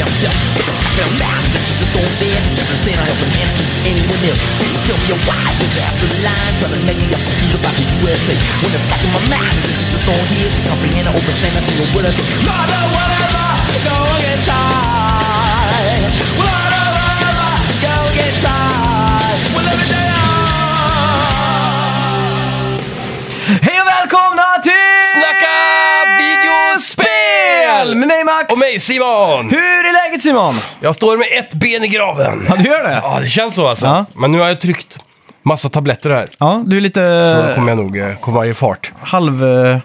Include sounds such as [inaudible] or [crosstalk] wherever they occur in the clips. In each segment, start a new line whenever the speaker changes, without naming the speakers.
yourself. Tell man that you just don't fit. Just stand out helping hand to anyone else. Can you tell me why you have the line trying to make me up confused about the USA? When it's back in my mind that you just don't hear, can comprehend or understand a single word I say. Mother, whatever, go get tired. Mother, whatever, go get tired. Well, every day I
Hej och välkomna till
Snacka videospel!
Med mig Max!
Och mig Simon!
Hur är läget Simon?
Jag står med ett ben i graven.
Ja, du gör det?
Ja, det känns så alltså.
Ja.
Men nu har jag tryckt massa tabletter här.
Ja, du är lite
Så då kommer jag nog eh, komma i fart.
halv... eh,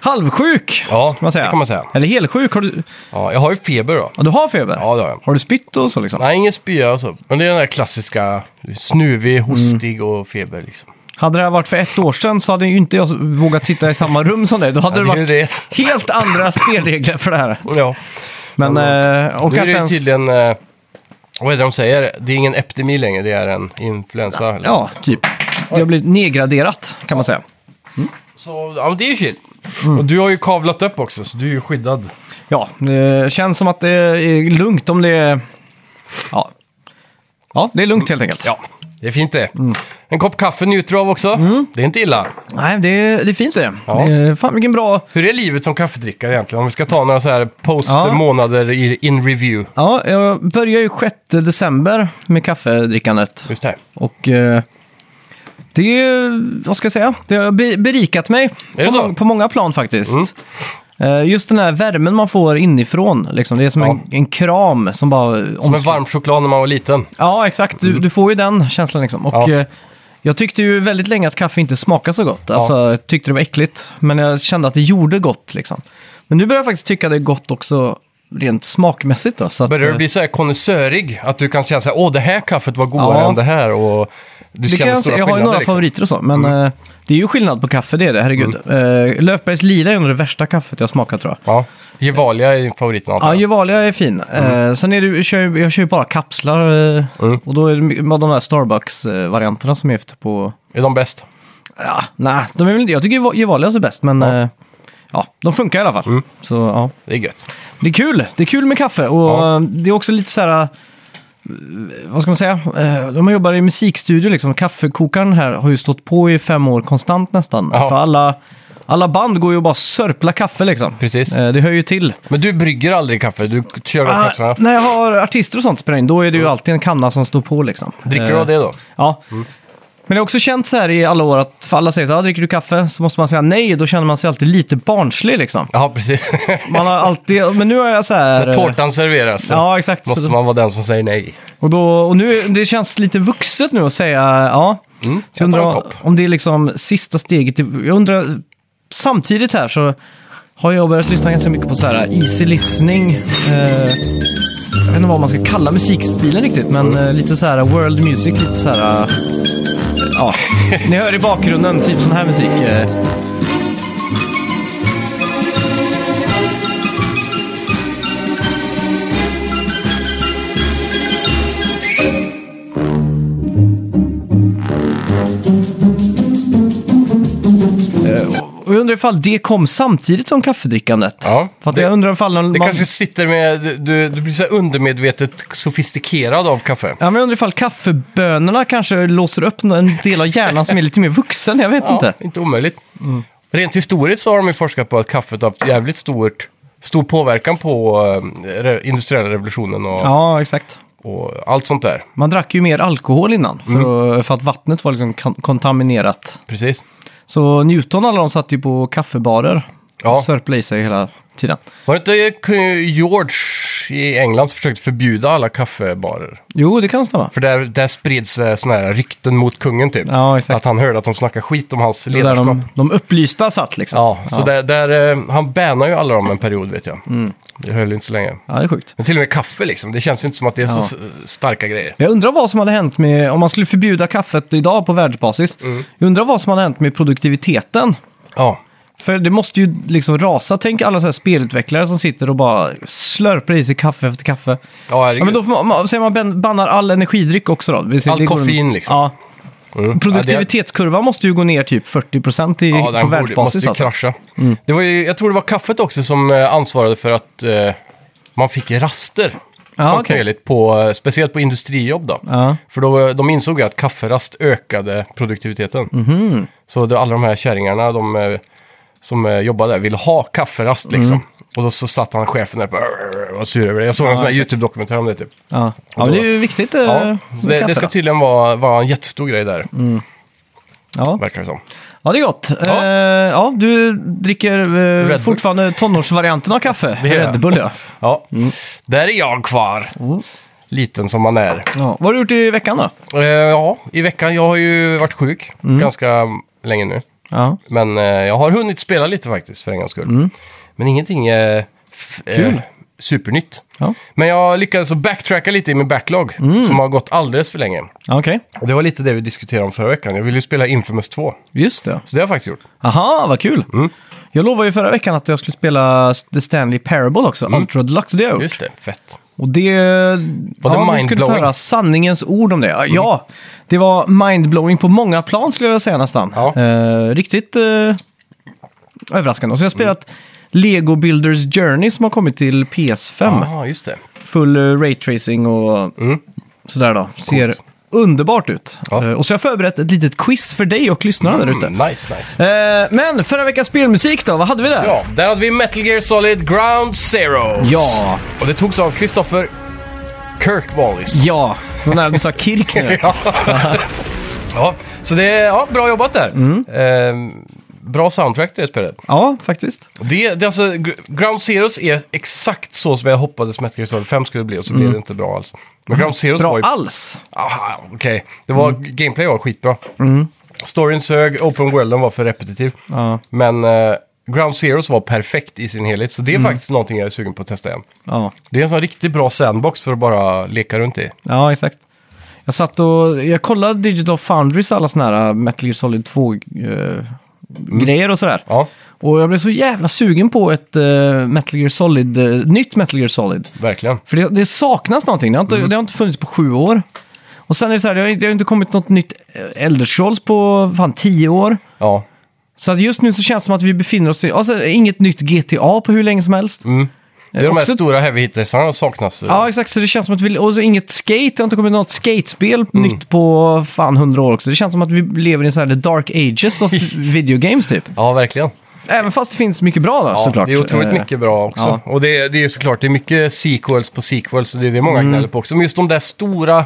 Halvsjuk,
Ja,
kan man säga.
det kan man säga.
Eller helsjuk. Har du,
Ja, jag har ju feber då.
ja, du har feber?
Ja, det har jag.
Har du spytt och så liksom?
Nej, ingen spya och så. Men det är den där klassiska snuvig, hostig och feber liksom.
Hade det här varit för ett år sedan så hade ju inte jag vågat sitta i samma rum som dig. Då hade
Ja,
det
det är
varit
ju
helt andra spelregler för det här.
Ja.
Men... eh, Och
Nu är
att
det ju
ens...
tydligen... eh, Vad är det de säger? Det är ingen epidemi längre, det är en influensa. eller?
Ja, typ. Det har blivit nedgraderat, kan man säga.
Så, ja, men det är ju chill.
Mm.
Och du har ju kavlat upp också, så du är ju skyddad.
Ja, det känns som att det är lugnt om det är... Ja, ja Mm. det är lugnt helt enkelt.
Ja, det är fint det. En kopp kaffe njuter du av också.
Mm.
Det är inte illa.
Nej, det är, det är fint det.
Ja.
det är, fan vilken bra...
Hur är livet som kaffedrickare egentligen? Om vi ska ta några så här
Ja.
post-månader i in review.
Ja, jag börjar ju 6 december med kaffedrickandet.
Just det.
Och eh, det, är- vad ska jag säga, det har be- berikat mig
det
på,
så?
mång- på många plan faktiskt. Eh, Just den här värmen man får inifrån, liksom, det är som
Ja.
en, en kram som bara...
Som en varm choklad när man var liten.
Ja, exakt. Du, du får ju den känslan liksom. Och
Mm. Ja.
eh, jag tyckte ju väldigt länge att kaffe inte smakade så gott. Alltså, jag tyckte det var äckligt. Men jag kände att det gjorde gott liksom. Men nu börjar jag faktiskt tycka det är gott också rent smakmässigt då. Så att,
Börjar du
eh,
bli så här konnässörig? Att du kan känna så här, åh det här kaffet var godare
Ja.
än det här. Och du
det kan
känner
jag, säga.
stora
jag har ju
skillnader.
några
liksom.
favoriter och så, men eh, det är ju skillnad på kaffe, det är det, herregud.
Mm.
Eh, Löfbergs lila är nog det värsta kaffet jag smakat tror jag.
Ja. Gevalia är favoriten antar
Ja,
jag.
Gevalia är fin. Eh,
Mm.
sen är det, jag kör ju- jag kör ju bara kapslar eh, och då är det my- de här Starbucks-varianterna som är efter på
Är de bäst?
Ja, nej, de är väl, jag tycker Gevalias är bäst, men ja. ja, de funkar i alla
Mm.
fall. Så, ja.
Det är gött.
Det är kul, det är kul med kaffe och
Ja.
eh, det är också lite så här, eh, vad ska man säga, Eh, de jobbar i musikstudio liksom, kaffekokaren här har ju stått på i fem år konstant nästan.
Ja.
För alla, alla band går ju och bara sörpla kaffe liksom.
Precis.
Eh, Det hör ju till.
Men du brygger aldrig kaffe, du kör de
Ah,
kapslarna.
när jag har artister och sånt spelar in, då är det ju alltid en kanna som står på liksom.
Dricker du
Eh,
av det då?
Ja. Men det har också känt så här i alla år att för alla säger så här, "Ah, dricker du kaffe? Så måste man säga nej, då känner man sig alltid lite barnslig liksom.
Ja,
[laughs]
precis.
Man har alltid, men nu är jag så här... eh,
När tårtan serveras så
Ja, exakt.
måste man vara den som säger nej.
Och, då, och nu, det känns lite vuxet nu att säga ja.
Mm.
Så jag
jag tar en
undrar
kopp.
om det är liksom sista steget. i- Jag undrar, samtidigt här så har jag börjat lyssna ganska mycket på så här easy listening. Eh, jag vet inte vad man ska kalla musikstilen riktigt, men eh, lite så här world music, lite så här... eh, ja, [laughs] ni hör i bakgrunden typ sån här musik. Eh, och jag undrar ifall det kom samtidigt som kaffedrickandet.
Ja,
För att
det-
jag undrar ifall någon,
Det
man,
kanske sitter med, du, du blir så här undermedvetet sofistikerad av kaffe.
Ja, men jag undrar ifall kaffebönorna kanske låser upp en del av hjärnan som är lite mer vuxen. Jag vet inte. Mm.
inte omöjligt. Rent historiskt så har de ju forskat på att kaffet har haft jävligt stort, stor påverkan på eh, re, industriella revolutionen och,
Ja, exakt.
och allt sånt där.
Man drack ju mer alkohol innan för,
Mm.
att, för att vattnet var liksom kan- kontaminerat.
Precis.
Så Newton och alla de satt ju på kaffebarer
Ja.
och sörplade i sig hela tiden.
Var det inte kung George i England som försökte förbjuda alla kaffebarer?
Jo, det kan stämma.
För där, där spreds eh, såna här rykten mot kungen typ.
Ja, exakt.
Att han hörde att de snackade skit om hans
Det var Där
ledarskap.
de, de upplysta satt liksom.
Ja, så
ja. Mm.
Där, där, eh, han bannade ju alla dem en period vet jag. Det höll ju inte så länge.
ja, det är sjukt.
Men till och med kaffe liksom, det känns ju inte som att det är så s- eh, starka grejer.
Jag undrar vad som hade hänt med, om man skulle förbjuda kaffet idag på världsbasis,
Mm.
jag undrar vad som hade hänt med produktiviteten.
Ja,
För det måste ju liksom rasa. Tänk alla så här spelutvecklare som sitter och bara slurpar i sig kaffe efter kaffe.
ja herregud.
Ja, men då får man, man, säger man ban- bannar all energidryck också då. Vi ser-
All
det går-
koffein, liksom.
Ja.
Mm.
Produktivitetskurvan måste ju gå ner typ 40% i,
Ja, det- ja,
på
den borde, måste
världsbasis.
ju
Alltså.
krascha. Det var ju, jag tror det var kaffet också som eh, ansvarade för att eh, man fick raster.
Ja, okej.
kontinuerligt, på, eh, speciellt på industrijobb då.
Ja.
För då, eh, de insåg ju att kafferast ökade produktiviteten.
Mhm.
Så det, alla de här kärringarna de, eh, som eh, jobbade där ville ha kafferast liksom.
Mm.
Och då så satt han chefen där och bara, "Arr", var sur över det. Jag såg en sån här YouTube-dokumentär om det typ.
Ja, ja men det är ju viktigt. eh,
Ja,
med
så det, det ska
kafferast.
tydligen vara, vara en jättestor grej där,
Mm. Ja.
verkar det som.
ja, det är gott. Ja,
Ja.
ja du dricker eh,
Bull.
fortfarande tonårsvarianten av kaffe.
Det gör jag.
Red Bull, ja.
Ja,
Mm.
där är jag kvar. Liten som man är.
ja. Vad har du gjort i veckan då?
Eh, ja, i veckan, jag har ju varit sjuk
Mm.
ganska länge nu.
Ja.
Men eh, jag har hunnit spela lite faktiskt för en gångs skull. Men ingenting eh, f- eh,
Mm. Kul.
supernytt.
Ja, Mm.
Men jag lyckades att backtracka lite i min backlog som har gått alldeles för länge.
ja okej.
Och det var lite det vi diskuterade om förra veckan. Jag ville ju spela Infamous 2,
Just det.
så det har jag faktiskt gjort.
Aha, vad kul.
Mm.
Jag lovade ju förra veckan att jag skulle spela The Stanley Parable också,
Mm.
Ultra Deluxe, och det har jag gjort.
Just det, fett.
Och det...
Var det
ja, vi skulle få
mindblowing? Mm.
höra sanningens ord om det. Ja, Ja, det var mindblowing på många plan skulle jag vilja säga nästan.
Ja.
Eh, riktigt eh, överraskande. Och så har jag spelat Lego Builders Journey som har kommit till PS5.
Ja, just det.
Full eh, raytracing och sådär då. Ser underbart ut.
Ja.
Eh, och så har jag förberett ett litet quiz för dig och lyssnarna där ute.
Mm, nice, nice.
Eh, men förra veckans spelmusik då, vad hade vi där?
Ja, där hade vi Metal Gear Solid Ground Zero.
Ja.
Och det togs av Christopher Kirk Wallis.
Ja, det var när du sa Kirk nu.
[laughs] Ja. ja, så det är ja, bra jobbat där.
Mm.
Ehm, bra soundtrack till det spelet.
Ja, faktiskt.
Det, det är alltså, Gr- Ground Zeros är exakt så som jag hoppades Metal Gear Solid 5 skulle bli och så blev det inte bra alls. Men Ground Zeros var
Mm. Bra Mm.
ju...
alls.
Aha, okej. Det var, Gameplay var skitbra. Storyn sög, open worlden var för repetitiv.
Mm. Ja.
Men eh, Ground Zeros var perfekt i sin helhet, så det
Mm.
är faktiskt någonting jag är sugen på att testa igen.
Ja.
Det är en sån riktigt bra sandbox för att bara leka runt i.
ja, exakt. Jag satt och, jag kollade Digital Foundries alla såna här äh, Metal Gear Solid 2-grejer och sådär.
Ja,
Och jag blev så jävla sugen på ett eh, Metal Gear Solid, eh, nytt Metal Gear Solid.
verkligen.
För det, det saknas någonting, det har, inte, det har inte funnits på sju år. Och sen är det så här, det har, det har inte kommit något nytt eh, Elder Scrolls på fan tio år.
Ja,
Så att just nu så känns det som att vi befinner oss i, alltså inget nytt GTA på hur länge som helst.
det är de här
Eh, Också-
stora heavy hittersarna som saknas.
Ja, exakt. Så det känns som att vi... Och så inget skate. Det har inte kommit något skatespel
Mm.
nytt på fan hundra år också. Det känns som att vi lever i en sån här the dark ages
[laughs]
of video games typ.
ja verkligen.
Även fast det finns mycket bra då,
Ja,
såklart.
Det är otroligt
Eh,
mycket bra också.
ja.
Och det, det är ju såklart, det är mycket sequels på sequels, så det är det
Mm.
många gnäller på också. Men just de där stora,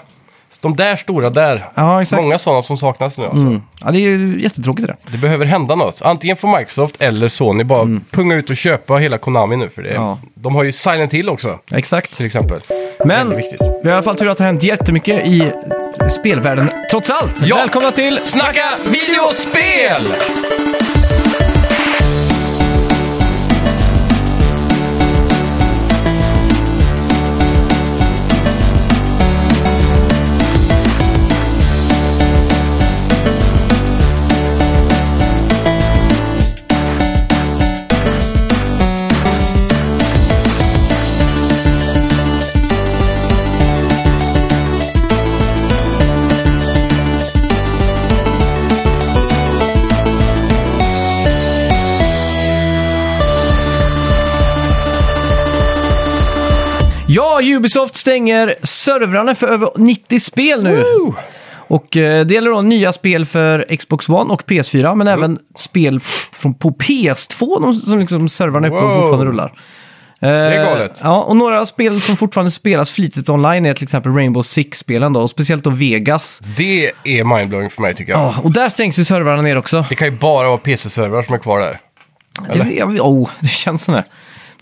de där stora där.
Ja, exakt. Mm.
Många sådana som saknas nu alltså.
Ja, det är ju jättetråkigt det där.
Det behöver hända något. Antingen får Microsoft eller Sony bara punga ut och köpa hela Konami nu för det.
Mm. Ja.
De har ju Silent Hill också,
Exakt.
till exempel.
Men
Väldigt
vi
viktigt.
har i alla fall tur att det har hänt jättemycket i spelvärlden, trots allt.
Ja.
Välkomna till...
Snacka videospel!
Ja, Ubisoft stänger servrarna för över 90 spel nu. Och eh, det gäller då nya spel för Xbox One och PS4, men även spel från, på PS2 de, som liksom servrarna är uppe och
Wow.
fortfarande rullar. det
är galet.
Ja, och några spel som fortfarande spelas flitigt online är till exempel Rainbow Six-spelen då, och speciellt då Vegas.
Det är mindblowing för mig tycker jag.
Ja, och där stängs ju servrarna ner också.
Det kan ju bara vara PC-servrar som är kvar där.
Det,
Eller?
jag, oh, det känns sådär.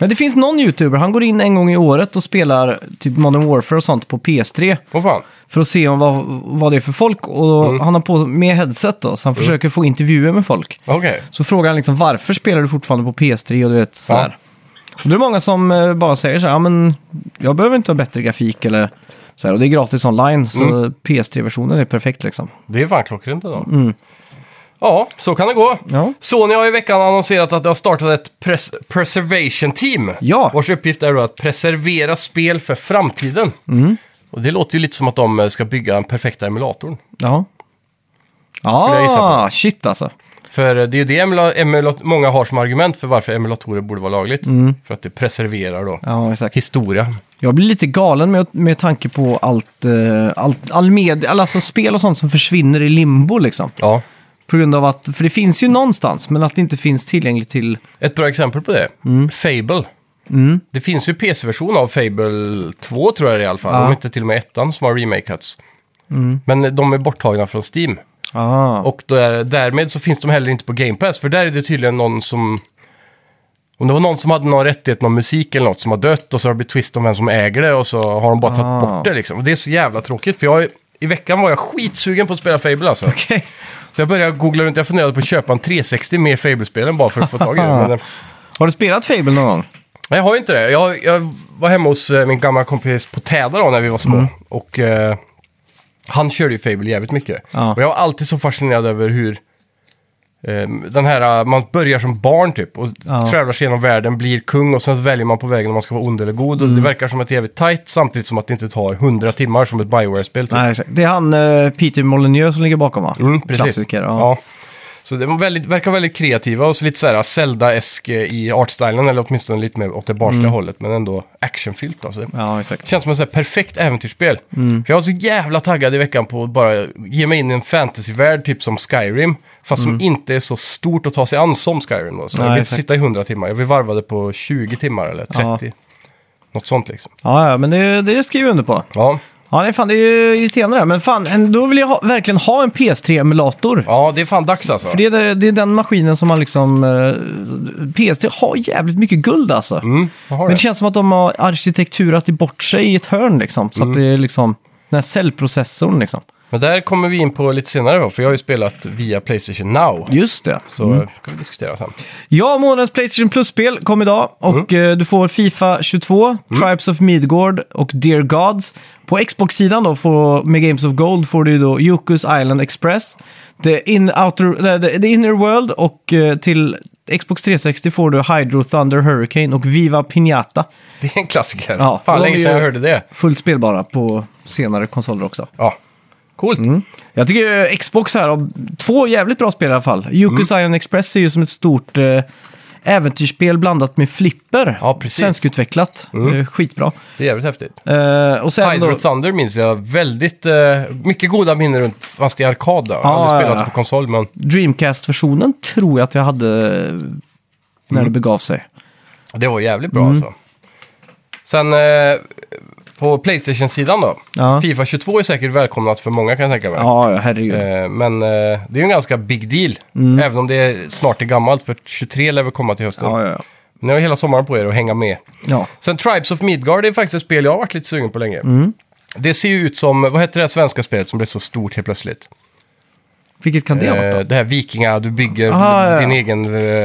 Men det finns någon YouTuber, han går in en gång i året och spelar typ Modern Warfare och sånt på PS3.
Åh fan.
för att se om vad, vad det är för folk. Och
Mm.
Han har på med headset då, så han försöker få intervjuer med folk.
Okej.
Så frågar han liksom varför spelar du fortfarande på PS3 och du vet så här. Och det är många som eh, bara säger så här, ja men jag behöver inte ha bättre grafik eller så här. Och det är gratis online så
Mm.
PS3-versionen är perfekt liksom.
Det är fan klockrent ändå. Ja, så kan det gå.
Mm. Ja.
Sony har i veckan annonserat att de har startat ett pres- preservation team.
Ja.
Vars uppgift är då att preservera spel för framtiden.
Mm.
Och det låter ju lite som att de eh, ska bygga den perfekta emulatorn.
Ja.
jag gissa
Ja,
på.
shit alltså.
För eh, det är ju det emula- emula- många har som argument för varför emulatorer borde vara lagligt.
Mm.
För att det preserverar då
Ja, exakt.
historia.
Jag blir lite galen med, med tanke på allt, eh, allt all media, alla alltså spel och sånt som försvinner i limbo liksom.
Ja.
På grund av att, för det finns ju någonstans, men att det inte finns tillgängligt till...
Ett bra exempel på det,
Mm.
Fable. Det finns ju PC-version av Fable 2 tror jag det är i alla fall,
Ja. Mm.
om inte till och med ettan som har remakats. Men de är borttagna från Steam.
Ah.
Och där, därmed så finns de heller inte på Game Pass, för där är det tydligen någon som... Om det var någon som hade någon rättighet, någon musik eller något som har dött och så har det blivit twist om vem som äger det och så har de bara
Ah.
tagit bort det liksom. Och det är så jävla tråkigt, för jag, i veckan var jag skitsugen på att spela Fable alltså.
[laughs] Okej.
Så jag började googla runt, jag funderade på att köpa en 360 med Fable-spelen bara för att få tag i
[laughs]
det. Men, eh,
Har du spelat Fable någon gång?
Nej, jag har ju inte det. Jag, jag var hemma hos eh, min gamla kompis på Täda då när vi var små.
Mm.
Och eh, han körde ju Fable jävligt mycket.
Ja.
Och jag var alltid så fascinerad över hur eh, den här, eh, man börjar som barn typ och
Ja.
trävlar sig genom världen, blir kung och sen väljer man på vägen om man ska vara ond eller god.
Mm.
Och det verkar som ett jävligt tight samtidigt som att det inte tar 100 timmar som ett Bioware-spel. Typ.
Nej, exakt. Det är han eh, Peter Molyneux som ligger bakom va?
Mm, precis.
Klassiker, ja.
Så det var väldigt, verkar väldigt kreativa och så lite så här Zelda-esk eh, i artstylen, eller åtminstone lite mer åt det barnsliga hållet, men ändå actionfyllt. Alltså.
Mm. Ja, Mm. exakt.
Känns som ett så här perfekt äventyrsspel. För jag var så jävla taggad i veckan på att bara ge mig in i en fantasyvärld, typ som Skyrim. Fast som inte är så stort att ta sig an som Skyrim då. Så
Mm. Nej,
jag vill inte
exakt.
sitta i 100 timmar. Jag vill varva det på 20 timmar eller 30. Något sånt liksom.
Ja, ja, men det, det skriver jag under på.
Ja.
Ja, nej, fan, det är ju irriterande det här. Men fan, en- då vill jag ha, verkligen ha en PS3-emulator.
ja, det är fan dags alltså.
För det är, det- det är den maskinen som man liksom... Eh, PS3 har jävligt mycket guld alltså.
Mm, jag har
Men det
det.
känns som att de har arkitekturat bort sig i ett hörn liksom. Så
Mm.
att det är liksom den här cellprocessorn liksom.
Men där kommer vi in på lite senare då, för jag har ju spelat via Playstation Now.
Just mm. det.
Så kan vi diskutera sen.
Ja, månadens Playstation Plus-spel kom idag och
Mm.
eh, du får Fifa 22, Tribes of Midgård och Dear Gods. På Xbox-sidan då, får, med Games of Gold, får du ju då Yoku's Island Express, The, In Outer, nej, the, the Inner World och eh, till Xbox 360 får du Hydro Thunder Hurricane och Viva Piñata.
Det är en klassiker.
Ja,
fan,
då har
länge
vi
sedan
ju-
jag hörde det.
Fullt spelbara på senare konsoler också.
Ja. Coolt.
Jag tycker eh, Xbox här har två jävligt bra spel i alla fall.
Mm.
Yoku's Island Express är ju som ett stort eh, äventyrsspel blandat med flipper.
Ja, precis.
Svenskutvecklat. Eh, Skitbra.
Det är jävligt häftigt.
Eh, och sen
Hydro
då,
Thunder minns jag väldigt, eh, mycket goda minnen runt, fast i arkad då. Jag har
Ja,
aldrig spelat
ja, ja.
på konsol, men
Dreamcast-versionen tror jag att jag hade eh, när
Mm.
det begav sig.
det var jävligt
Mm.
bra alltså. Sen eh, på Playstation-sidan då.
Ja.
Fifa 22 är säkert välkomnat för många kan jag tänka mig.
Ja, ja, herregud.
Eh, men eh, det är ju en ganska big deal,
Mm.
även om det är snart är gammalt, för 23 lär väl komma till hösten.
Ja, ja, ja.
Ni har hela sommaren på er att hänga med.
ja.
Sen Tribes of Midgard är faktiskt ett spel jag har varit lite sugen på länge.
Mm.
Det ser ju ut som, vad heter det här svenska spelet som blev så stort helt plötsligt?
Vilket kan det vara?
Eh, det här vikinga, du bygger
Ah, ja,
din,
ja.
egen,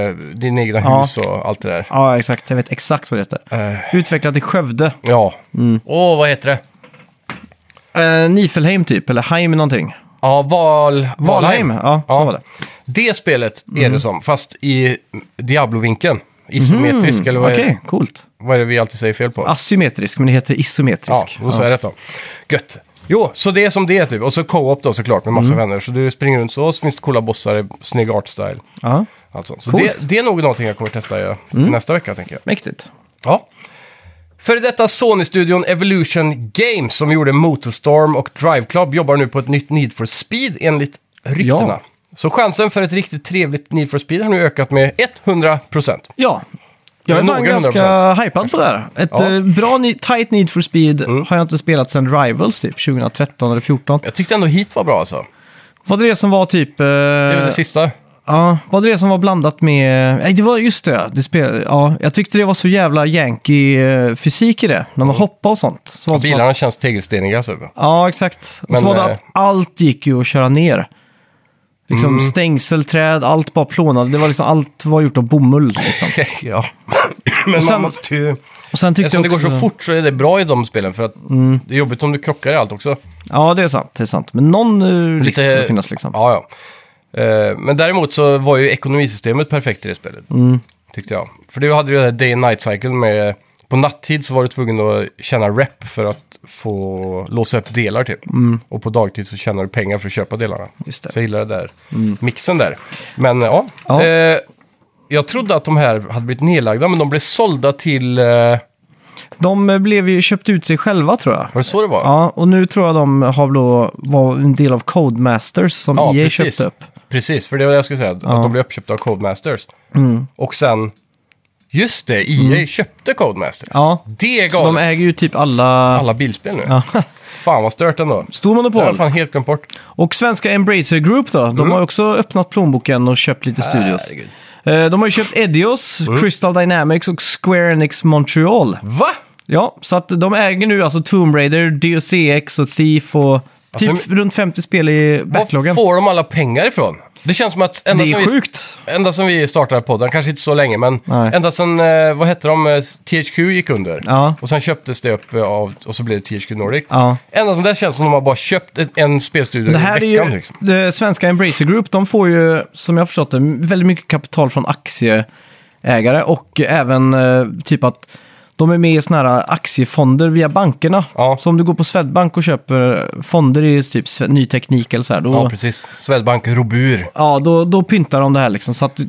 eh, din egna
Ja.
hus och allt det där.
Ja, exakt. Jag vet exakt vad det heter.
Eh,
Utvecklat i Skövde.
ja. Åh,
Mm.
vad heter det?
Eh, Nifelheim typ, eller Heim någonting.
Ja, Val...
Valheim, ja, så var det. Mm.
Det spelet är det som, fast i Diablo-vinkeln. Isometrisk, eller vad,
Mm, Okej,
är,
coolt.
vad är det vi alltid säger fel på?
Asymmetrisk, men det heter isometrisk.
Ja, då sa jag rätt då. Gött. Jo, så det är som det är typ. Och så co-op då såklart med massa
Mm.
vänner. Så du springer runt så, så finns det coola bossar, snygg artstyle.
Ja,
Allt sånt. Så
Coolt. Mm.
det, det är nog någonting jag kommer testa ja, till nästa vecka tänker jag.
mäktigt.
Ja. Före detta Sony-studion Evolution Games som gjorde Motorstorm och Drive Club jobbar nu på ett nytt Need for Speed enligt ryktena.
Ja.
Så chansen för ett riktigt trevligt Need for Speed har nu ökat med 100%.
Ja, jag är
Några
fan ganska
100%.
hypad på det här. Ett
Ja. Mm.
eh, bra ni- tight Need for Speed har jag inte spelat sedan Rivals typ 2013 eller 2014.
Jag tyckte ändå hit var bra alltså.
Var det det som var typ... eh, alltså-
Det är väl det sista.
Ja, var det det som var blandat med... Nej, det var just det. det spel... ja, jag tyckte det var så jävla yankee-fysik i det. När man
Mm.
hoppade och sånt. Så var det som att-
Bilarna känns tegelsteniga. Alltså.
Ja, exakt. Och
Men,
så var det
eh,
att allt gick ju att köra ner. Liksom
Mm.
stängselträd, allt bara plånade. Det var liksom, allt var gjort av bomull. Liksom. [laughs]
ja. Men
sen-
man måste ju...
Och sen tyckte
Eftersom
jag
det
också... Mm.
går så fort så är det bra i de spelen för att det är jobbigt om du krockar i allt också.
Ja, det är sant. Det är sant. Men någon eh, risk
Lite-
får finnas liksom.
Ja, ja. Eh, Men däremot så var
Mm.
ju ekonomisystemet perfekt i det spelet. Tyckte jag. För du hade ju det där day and night cycle med På nattid så var du tvungen att tjäna rep för att få låsa upp delar typ. Och på dagtid så tjänar du pengar för att köpa delarna.
Mm. Just det. Mm.
Så jag gillar det där mixen där. Men ja,
Ja.
Eh, jag trodde att de här hade blivit nedlagda men de blev sålda till... Eh, var
De eh, blev ju köpt ut sig själva tror jag.
det så det var?
Ja, och nu tror jag de har då var en del av Codemasters som
Ja,
EA E köpte upp.
Precis, för det var det jag skulle säga. Att de blev uppköpta av Codemasters.
Mm.
Och sen... Just det, EA köpte Codemasters.
Ja.
Det är
Så de
galet.
äger ju typ alla...
Alla bilspel nu.
Ja.
Fan vad stört ändå.
Stor
Det har jag
monopol.
fan helt glömt bort.
Och svenska Embracer Group då, de har också öppnat plånboken och köpt lite studios.
Mm. Herregud. Mm.
Eh, De har ju köpt Edios, Crystal Dynamics och Square Enix Montreal.
Va?
Ja, så att de äger nu alltså Tomb Raider, Deus Ex och Thief och typ
Alltså,
runt 50 spel i
Var
backloggen.
får de alla pengar ifrån? Det känns som att... Ända
Det
som
är
vi-
sjukt.
Ända som vi startade podden, kanske inte så länge, men
Nej.
ända sedan, eh, vad hette de, eh, THQ gick under.
Ja.
Och sen köptes det upp eh, av, och så blev det THQ Nordic.
Ja.
Ända som det känns som att de har bara köpt ett, en spelstudio
Det här
i
är
veckan.
ju,
liksom.
det svenska Embracer Group, de får ju, som jag har förstått det, väldigt mycket kapital från aktieägare och även eh, typ att de är med i sådana här aktiefonder via bankerna.
Ja.
Så om du går på Swedbank och köper fonder i typ sve- ny teknik eller så här, då,
Ja,
ja,
precis. Swedbank Robur.
då, då pyntar de det här liksom. Så att,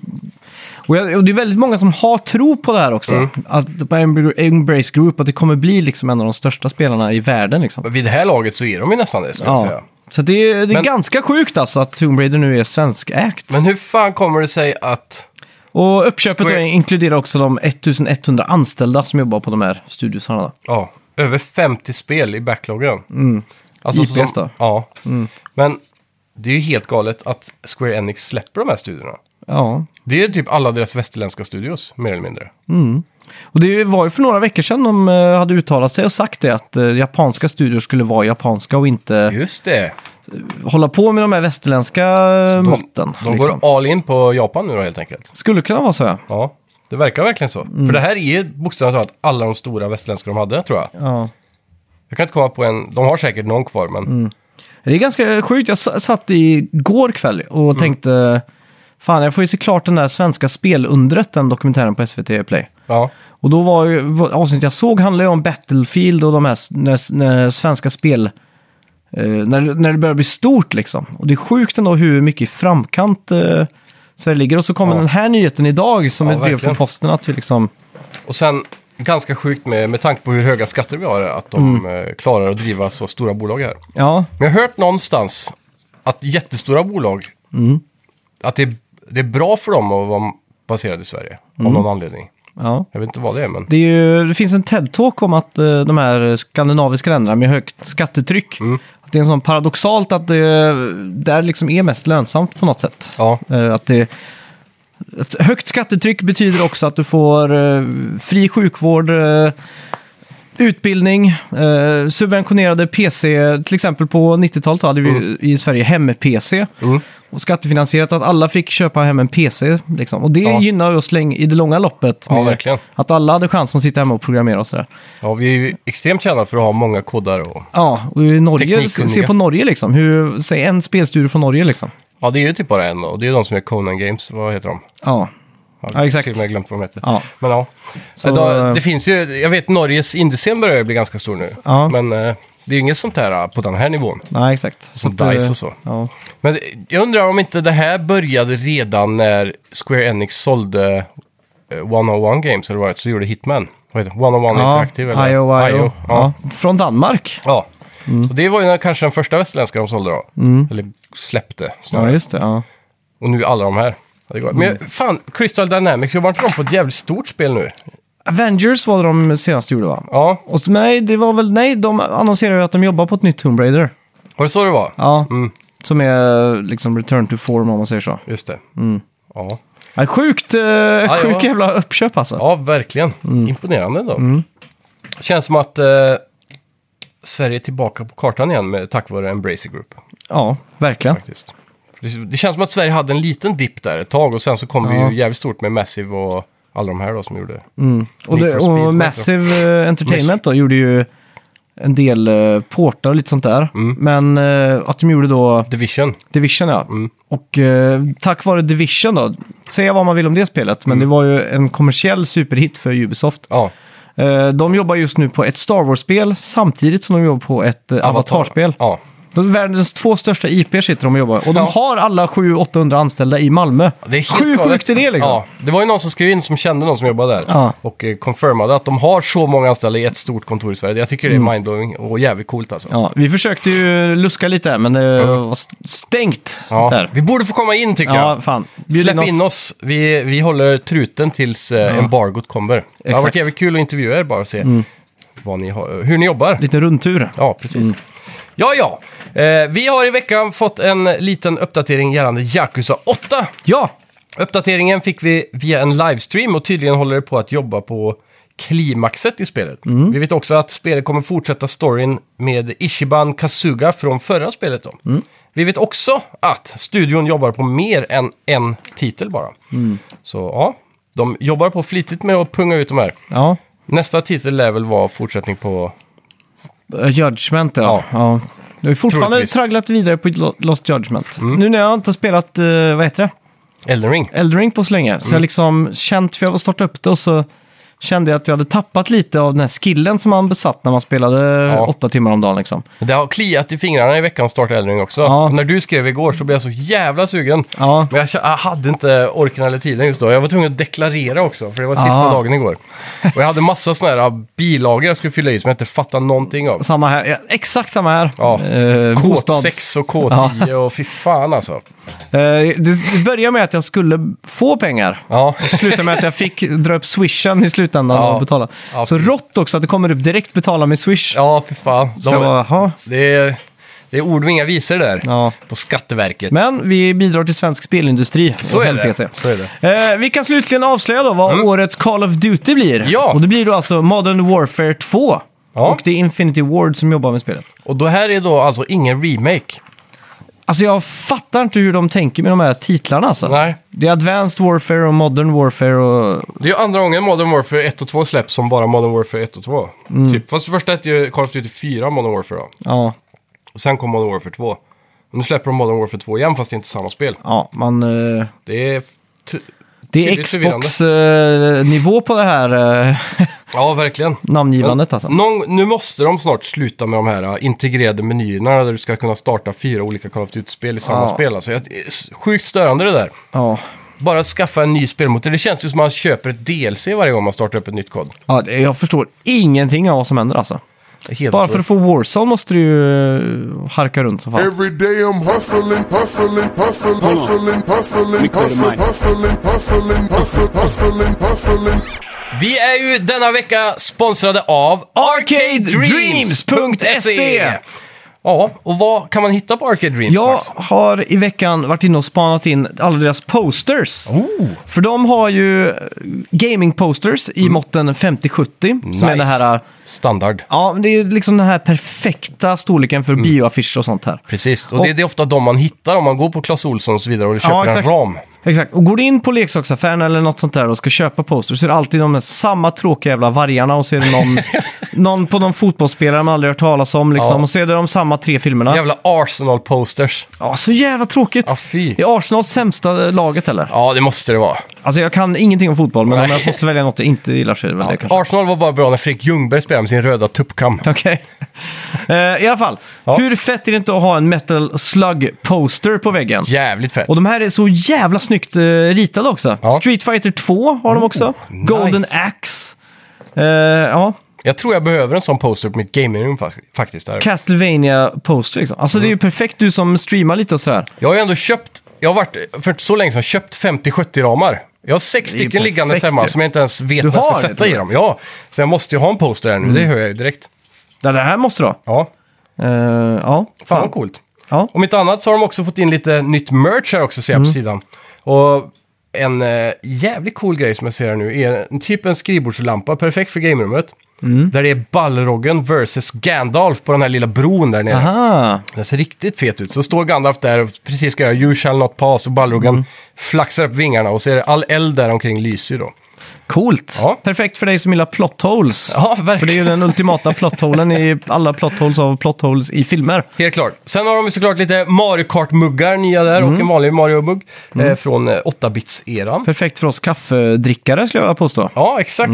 och, jag, och det är väldigt många som har tro på det här också.
Mm.
Att på Embr- Embrace Group, att det kommer bli liksom en av de största spelarna i världen liksom.
Vid det här laget så är de ju nästan det, skulle jag
Ja.
säga.
Så det är, det är
Men-
ganska sjukt alltså att Tomb Raider nu är svenskägt.
Men hur fan kommer det sig att...
Och uppköpet
Square-
då inkluderar också de 1100 anställda som jobbar på de här studiosarna. då.
Ja, över 50 spel i backloggen.
Mm.
Alltså, så
IPs
de-
då? Mm.
Ja. Men det är ju helt galet att Square Enix släpper de här studiorna.
Ja.
Det är typ alla deras västerländska studios, mer eller mindre.
Och det var ju för några veckor sedan de eh, hade uttalat sig och sagt det att eh, japanska studior skulle vara japanska och inte
Just det.
hålla på med de här västerländska eh,
De,
måtten.
de
liksom.
går all in på Japan nu då, helt enkelt.
Skulle kunna vara så ja.
Ja, det verkar verkligen så.
Mm.
För det här är ju bokstavligt talat alla de stora västerländska de hade, tror jag.
ja.
Jag kan inte komma på en... De har säkert någon kvar, men...
Mm. Det är ganska sjukt, jag s- satt igår kväll och
Mm.
tänkte fan jag får ju se klart den där svenska spelundret, den dokumentären på SVT Play.
Ja.
Och då var ju- var- avsnittet jag såg handlade ju om Battlefield och de här s- när, när svenska spel... Eh, när, när det börjar bli stort liksom. Och det är sjukt ändå hur mycket i framkant eh, Sverige ligger. Och så kommer
Ja.
den här nyheten idag som
Ja,
ett brev
verkligen.
på posten att vi liksom...
Och sen, ganska sjukt med, med tanke på hur höga skatter vi har, att de
Mm.
eh, klarar att driva så stora bolag här.
Ja,
Men jag har hört någonstans att jättestora bolag,
Mm.
att det är, det är bra för dem att vara baserade i Sverige,
Mm.
av någon anledning.
ja.
Jag vet inte vad det är, men...
Det, är ju, det finns en TED-talk om att eh, de här skandinaviska länderna med högt skattetryck,
Mm.
att det är en sån paradoxalt att det där liksom är mest lönsamt på något sätt.
Ja,
Eh, Att det, ett högt skattetryck betyder också att du får eh, fri sjukvård, eh, utbildning, eh, subventionerade PC. Till exempel på 90-talet hade vi ju i Sverige hem-PC.
Mm.
Och skattefinansierat, att alla fick köpa hem en PC. Liksom. Och det
Ja.
gynnar oss länge, i det långa loppet.
Ja,
med
verkligen.
Att alla hade chansen att sitta hemma och programmera och sådär.
ja vi är ju extremt kända för att ha många koddar och...
Ja, och i Norge,
Teknikkunniga.
se på Norge liksom. Hur, säg en spelstudio från Norge liksom.
Ja, det är ju typ bara en och det är de som är Conan Games, vad heter de?
Ja,
Jag
Ja, exakt.
till och med glömt vad de heter.
Ja.
Men ja,
Så,
då,
eh,
det finns ju, jag vet Norges indiescen börjar ju bli ganska stor nu.
Ja.
Men eh, det är ju inget sånt här eh, på den här nivån.
nej exakt.
Som
Så att, eh,
DICE och så.
Ja.
Men jag undrar om inte det här började redan när Square Enix sålde eh, 101 Games, eller vad det var, så gjorde Hitman. Vad heter det? 101 Interactive? Eller?
IO,
IO,
IO.
Ja.
Ja. Mm. Från Danmark.
ja. Och det var ju när- kanske den första västerländska de sålde då. Eller släppte snarare.
Mm. Ja, just Mm. det. Ja.
Och nu är alla de här. Ja, det går. Men fan, Crystal Dynamics, jobbar inte de på ett jävligt stort spel nu?
Avengers var det de senast gjorde, va?
Ja,
Och så- nej, det var väl, nej, de annonserade ju att de jobbar på ett nytt Tomb Raider.
var det så det var?
Ja,
Mm,
som är liksom return to form om man säger så.
just det.
Mm.
Ja.
Ja, sjukt, eh,
ja.
sjuk jävla uppköp alltså.
ja, verkligen. Imponerande då.
Mm.
Känns som att eh, Sverige är tillbaka på kartan igen med, tack vare Embracer Group.
Ja, verkligen.
Faktiskt. Det, det känns som att Sverige hade en liten dipp där ett tag och sen så kom vi
Ja. Mm.
ju jävligt stort med Massive och alla de här då som gjorde.
Och,
Need
det,
for Speed, vad heter
och
det?
Massive eh, Entertainment då gjorde ju en del eh, portar och lite sånt där.
Mm.
Men eh, att de gjorde då
Division.
Division ja.
Mm.
Och eh, tack vare Division då, säga vad man vill om det spelet, men det var ju en kommersiell superhit för Ubisoft.
Mm. Ja,
Eh, De jobbar just nu på ett Star Wars-spel samtidigt som de jobbar på ett eh, Avatar-spel.
Ja.
De världens två största IP sitter de och jobbar. Och de
Ja.
har alla 700-800 anställda i Malmö.
Det är helt
Sju
galet.
sjukt är det liksom.
Ja, det var ju någon som skrev in som kände någon som jobbade där.
Ja.
Och eh, confirmade att de har så många anställda i ett stort kontor i Sverige. Jag tycker det är mindblowing och jävligt coolt alltså.
Mm. Ja, vi försökte ju luska lite där, men det var stängt
Ja.
där.
Vi borde få komma in tycker
Ja,
jag.
fan.
Släpp in oss. Vi, vi håller truten tills eh, embargot kommer. Det har
Exakt.
varit jävligt kul att intervjua er bara och se vad ni har, hur ni jobbar.
Liten rundtur.
Ja, precis. Ja, ja. Eh, vi har i veckan fått en liten uppdatering gällande Yakuza 8.
Ja,
Uppdateringen fick vi via en livestream och tydligen håller det på att jobba på klimaxet i spelet. Vi vet också att spelet kommer fortsätta storyn med Ishiban Kasuga från förra spelet. Då. Vi vet också att studion jobbar på mer än en titel bara. Så ja, de jobbar på flitigt med att punga ut de här.
ja.
Nästa titel lär väl vara fortsättning på...
Eh, Judgment, ja.
Ja.
ja. Jag har fortfarande
Troligtvis. Mm.
tragglat vidare på Lo- Lost Judgment. Nu när jag inte har spelat, eh, vad heter det?
Elden Ring.
Elden Ring på så länge.
Mm.
Så jag liksom känt, för jag var starta upp det och så kände jag att jag hade tappat lite av den här skillen som man besatt när man spelade
Ja.
åtta timmar om dagen liksom.
Det har kliat i fingrarna i veckans start äldring också.
Ja.
Och när du skrev igår så blev jag så jävla sugen.
Ja.
Men jag, kä- jag hade inte orken eller tiden just då. Jag var tvungen att deklarera också, för det var sista
Ja.
dagen igår. Och jag hade massa sådana här bilager jag skulle fylla i som jag inte fattade någonting av.
Samma här, ja, exakt samma här.
Ja.
Eh, bostads-
K6 och K10 och fy fan alltså.
Eh, det, det började med att jag skulle få pengar.
Ja.
Det slutade med att jag fick dra upp swishen i slutändan
Ja.
och betala.
Ja,
så
fy.
rått också att det kommer upp direkt betala med swish.
Ja, fy fan.
så jag bara,
De,
"Jaha."
det, är, det är ord och inga visor där.
Ja.
På Skatteverket.
Men vi bidrar till svensk spelindustri.
Så
och
är, det.
hem-PC.
så är det. Mm.
Eh, vi kan slutligen avslöja då vad årets Call of Duty blir.
Ja.
Och det blir då alltså Modern Warfare 2.
Ja.
Och det är Infinity Ward som jobbar med spelet.
Och det här är då alltså ingen remake.
Alltså jag fattar inte hur de tänker med de här titlarna alltså.
Nej.
Det är Advanced Warfare och Modern Warfare och...
Det är ju andra gången Modern Warfare 1 och 2 släpps som bara Modern Warfare 1 och 2.
Mm.
Typ. Fast det första hette ju Call of Duty 4 Modern Warfare då.
Ja,
Och sen kom Modern Warfare 2. Och nu släpper de Modern Warfare 2 igen fast det är inte samma spel.
ja man... eh,
Det är... T-
Det är
Tydligt förvirrande.
Xbox-nivå eh, på det här eh,
ja, verkligen.
namngivandet alltså.
Någon, nu måste de snart sluta med de här äh, integrerade menyerna där du ska kunna starta fyra olika Call of Duty-spel i samma
Ja.
spel. Alltså, jag- det är s- sjukt störande det där.
Ja.
Bara skaffa en ny spelmotor. Det känns ju som att man köper ett DLC varje gång man startar upp ett nytt kod.
ja, det- jag förstår ingenting av vad som händer alltså.
Det är Helt
Bara för att
otroligt.
få Warzone måste du ju eh, harka runt som fan.
Every day I'm hustling, hustling, hustling, hustling, hustling, hustling, hustling, hustling, hustling, hustling, hustling.
Vi är ju denna vecka sponsrade av
ArcadeDreams.se.
Ja, och vad kan man hitta på Arcade Dreams?
Jag
Max?
har i veckan varit inne och spanat in alla deras posters.
Oh.
För de har ju eh, gaming-posters i måtten 50-70. Som är
Mm. Nice.
det här... eh,
Standard.
Ja, men det är ju liksom den här perfekta storleken för
Mm.
bioaffischer och sånt här.
Precis, och, det, det är ofta de man hittar om man går på Clas Ohlson och så vidare och köper en
exakt.
ram.
Exakt, och går du in på leksaksaffären eller något sånt där och ska köpa posters så är det alltid de där samma tråkiga jävla vargarna och så är det
[laughs]
någon, någon på någon fotbollsspelare man aldrig hört talas om liksom.
Ja.
Och så är det de samma tre filmerna.
Jävla Arsenal-posters.
Ja, så jävla tråkigt.
Ja, fy.
Är Arsenal sämsta eh, laget eller?
Ja, det måste det vara.
Alltså jag kan ingenting om fotboll, men om
Nej.
jag måste välja något jag inte gillar så är det väl det kanske.
Arsenal var bara bra när Fredrik Ljungberg spelade med sin röda tuppkam.
Okej. [laughs] Eh, I alla fall,
Ja.
hur fett är det inte att ha en metal slug-poster på väggen?
Jävligt fett.
Och de här är så jävla snyggt eh, ritade också.
Ja.
Street Fighter 2 har de också.
nice.
Golden Axe. Eh, ja,
Jag tror jag behöver en sån poster på mitt gamingrum fak- faktiskt. Där.
Castlevania poster liksom. Alltså
Mm.
det är ju perfekt du som streamar lite och sådär.
Jag har ju ändå köpt, jag har varit, för så länge sedan, köpt 50-70 ramar. Jag har sex
är ju
stycken liggandes
perfekt
hemma
ju.
som jag inte ens vet
Du Mm.
vad jag
har
ska
det,
sätta
tror
i
jag.
dem. Ja, så jag måste ju ha en poster här nu, det hör jag ju direkt.
Ja, det här måste du ha.
Ja,
Eh, ja,
fan vad coolt.
Ja.
Om inte annat så har de också fått in lite nytt merch här också ser jag på
Mm.
sidan. Och en eh, jävligt cool grej som jag ser här nu är en, typ en skrivbordslampa, perfekt för gamerummet.
Mm.
Där det är Balroggen versus Gandalf på den här lilla bron där nere.
Aha.
Den ser riktigt fet ut. Så står Gandalf där och
Mm.
precis ska göra You shall not pass och Balroggen flaxar upp vingarna och så är det all eld där omkring lyser då.
Coolt!
Ja.
Perfekt för dig som gillar plot holes.
Ja,
För det är ju
verkligen.
den ultimata plotholen i alla plotholes av plotholes i filmer.
Helt klart. Sen har de ju såklart lite Mario Kart-muggar nya där
Mm.
och en vanlig Mario-mugg eh, från eh, 8-bits-eran.
Perfekt för oss kaffedrickare skulle jag vilja påstå.
Ja, exakt.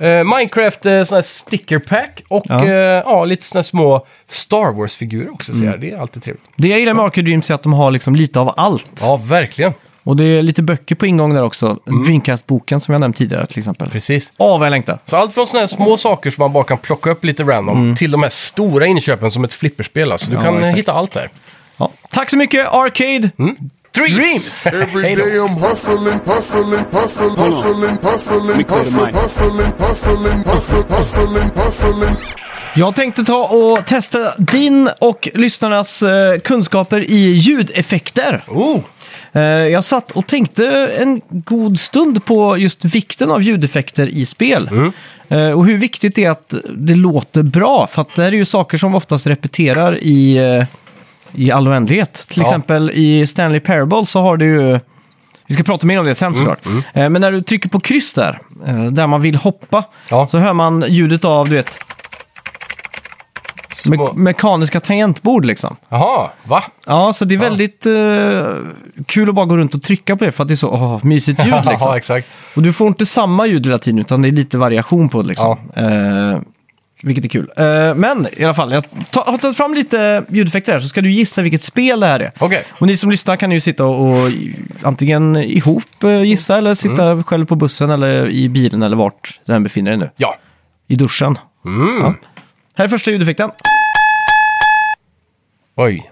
Mm.
Eh, Minecraft eh, sån här sticker pack och
Ja.
ja. Eh, ja, lite såna här små Star Wars-figurer också. Så
Mm.
Det är alltid trevligt.
Det jag gillar med Arcade Dreams är att de har liksom lite av allt.
Ja, verkligen.
Och det är lite böcker på ingång där också. Dreamcast-boken som jag nämnt tidigare till exempel.
Precis.
Åh, vad jag längtar!
Så allt från såna här små saker som man bara kan plocka upp lite random till de här stora inköpen som ett flipperspel. Alltså, du
Mm. Ja,
kan eh,
exakt.
hitta allt där.
Ja. Tack så mycket Arcade!
Dreams!
Dreams!
Every
Hej då.
day I'm hustling, hustling, hustling,
Hold on.
hustling,
Let
hustling,
me clear the
hustling,
mic.
hustling, hustling, hustling, hustling, hustling.
Jag tänkte ta och testa din och lyssnarnas eh, kunskaper i ljudeffekter.
Oh,
Eh, jag satt och tänkte en god stund på just vikten av ljudeffekter i spel.
Mm.
Eh, och hur viktigt det är att det låter bra. För att det här är ju saker som oftast repeterar i, eh, i all oändlighet. Till
Ja.
exempel i Stanley Parable så har du ju... Vi ska prata mer om det sen
Mm,
såklart. Eh, Men när du trycker på kryss där, eh, där man vill hoppa,
Ja.
så hör man ljudet av, du vet,
små...
me- mekaniska tangentbord liksom.
Jaha, va?
Ja, så det är väldigt eh, kul att bara gå runt och trycka på det för att det är så åh, mysigt ljud
[laughs] Ja,
liksom.
exakt.
och du får inte samma ljud hela tiden utan det är lite variation på det liksom. Eh, vilket är kul. Eh, men i alla fall, jag ta, har tagit fram lite ljudeffekter här så ska du gissa vilket spel det här är.
Okej.
Och ni som lyssnar kan ju sitta och, och antingen ihop eh, gissa eller sitta
Mm.
själv på bussen eller i bilen eller vart den befinner er nu.
Ja.
I duschen.
Mm.
Här är första ljudeffekten.
Oj.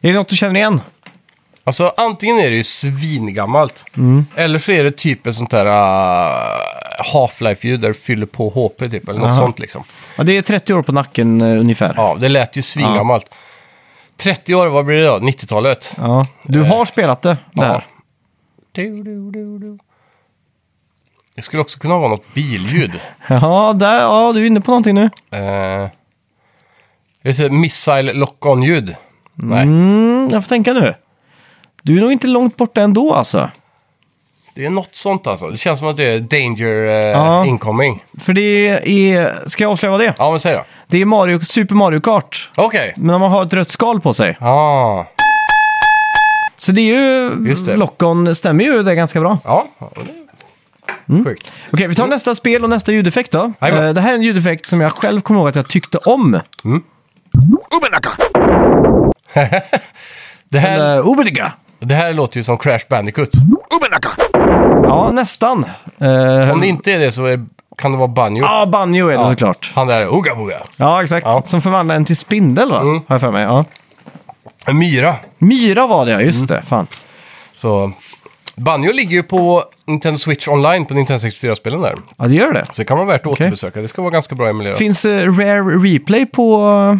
Är det något du känner igen?
Alltså antingen är det ju svingammalt. Eller så är det typ ett sånt där ah, Half-Life-ljud där du fyller på HP typ. Eller något
Aha.
sånt liksom.
Ja, det är 30 år på nacken eh, ungefär.
Ja, det lät ju svingammalt. 30 år, vad blir det då? 90-talet?
Ja, du har spelat det där.
Du, du, du, du. Det skulle också kunna vara något [laughs] billjud.
Ja, där, ja du är inne på någonting nu.
eh, det är så här missile lock-on-ljud. Nej,
Mm, jag får tänka nu. Du är nog inte långt borta ändå alltså.
det är något sånt alltså. Det känns som att det är danger eh,
Ja.
incoming.
För det är, ska jag avslöja vad det är?
Ja, men säg då.
Det är Mario, Super Mario Kart.
Okej.
Men om man har ett rött skal på sig.
Ah.
Så det är ju,
Just det.
Lockon stämmer ju det ganska bra.
Ja, ja, det-
Mm.
sjukt.
Okej, vi tar
Mm.
nästa spel och nästa ljudeffekt då.
Jajamän.
Eh, det här är en ljudeffekt som jag själv kommer ihåg att jag tyckte om.
Det här,
Eller Obediga.
det här låter ju som Crash Bandicoot.
Ja, nästan. Eh,
Om det inte är det så är, kan det vara Banjo.
Ja, banjo är det
Ja.
såklart.
Han där, Ooga Booga.
Ja, exakt.
Ja. Mm.
Som förvandlar en till spindel, va? Har jag för mig. Ja.
Myra.
Myra var det, ja. Just
Mm.
det. Fan.
Så Banjo ligger ju på Nintendo Switch Online på Nintendo 64-spelen där.
Ja, det gör det.
Så det kan vara värt att
Okej.
återbesöka. Det ska vara ganska bra emulerat.
Finns eh, Rare Replay på,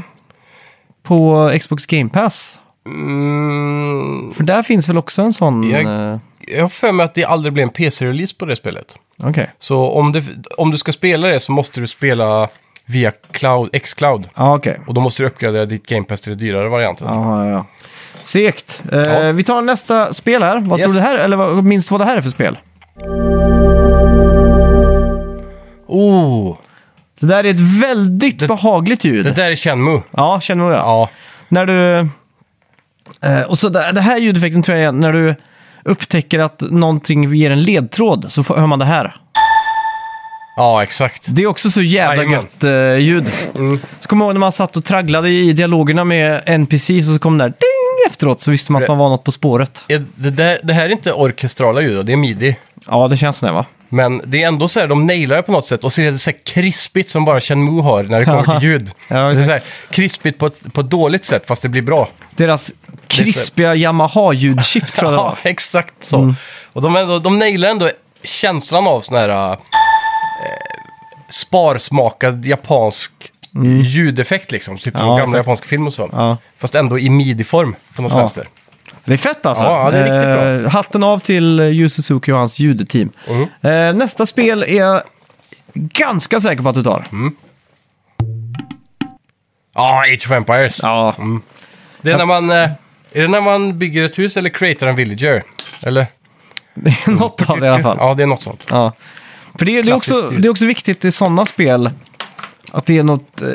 på Xbox Game Pass?
Mm,
För där finns väl också en sån...
Jag-
eh,
jag har för mig att det aldrig blev en PC-release på det spelet.
Okej.
Så om, det, om du ska spela det så måste du spela via cloud, X-Cloud.
Ja, okej.
Och då måste du uppgradera ditt Game Pass till den dyrare varianten.
Ja, ja, ja. Segt. Eh,
Ja.
Vi tar nästa spel här. Vad
Yes.
tror du det här Eller vad, minns du vad det här är för spel?
Oh,
Det där är ett väldigt behagligt ljud.
det där är Shenmue.
Ja, känner du det?
Ja,
När du... Eh, och så det, det här ljudeffekten tror jag är när du upptäcker att någonting ger en ledtråd så får, hör man det här.
ja exakt.
Det är också så jävla
Jajamän. Mm.
gött eh, ljud. Så kommer jag ihåg när man satt och tragglade i dialogerna med NPCs och så kom det där ding efteråt så visste man att man var något på spåret.
Är Det, där, det här är inte orkestrala ljud, då, det är midi.
Ja, det känns det va?
Men det är ändå så här, de nailar det på något sätt och så är det så här krispigt som bara Shenmue har när det kommer till ljud.
[laughs] Ja,
det är
exakt.
så här, krispigt på ett, på ett dåligt sätt fast det blir bra.
Deras krispiga Yamaha-ljudchip tror jag det
Ja,
var. Mm.
exakt så. Och de, ändå, de nailar ändå känslan av sån här eh, sparsmakad japansk ljudeffekt liksom. Typ som
Mm. Ja,
gamla
exakt.
japansk film och så.
Ja.
Fast ändå i midi-form på något
Ja.
vänster.
Det är fett alltså.
Ja, det är riktigt bra. Mm.
Eh, hatten av till Yu Suzuki och hans ljudteam. Eh, nästa spel är jag ganska säker på att du tar.
Mm. Ja, Age of Empires.
Ja.
Mm. Det är när man eh, Är det när man bygger ett hus eller creatar en villager? Eller?
Det är [laughs] något av det i alla fall.
Ja, det är något sånt.
Ja. För det, är- det, är också,
Klassiskt ju.
det är också viktigt i sådana spel att det är något eh,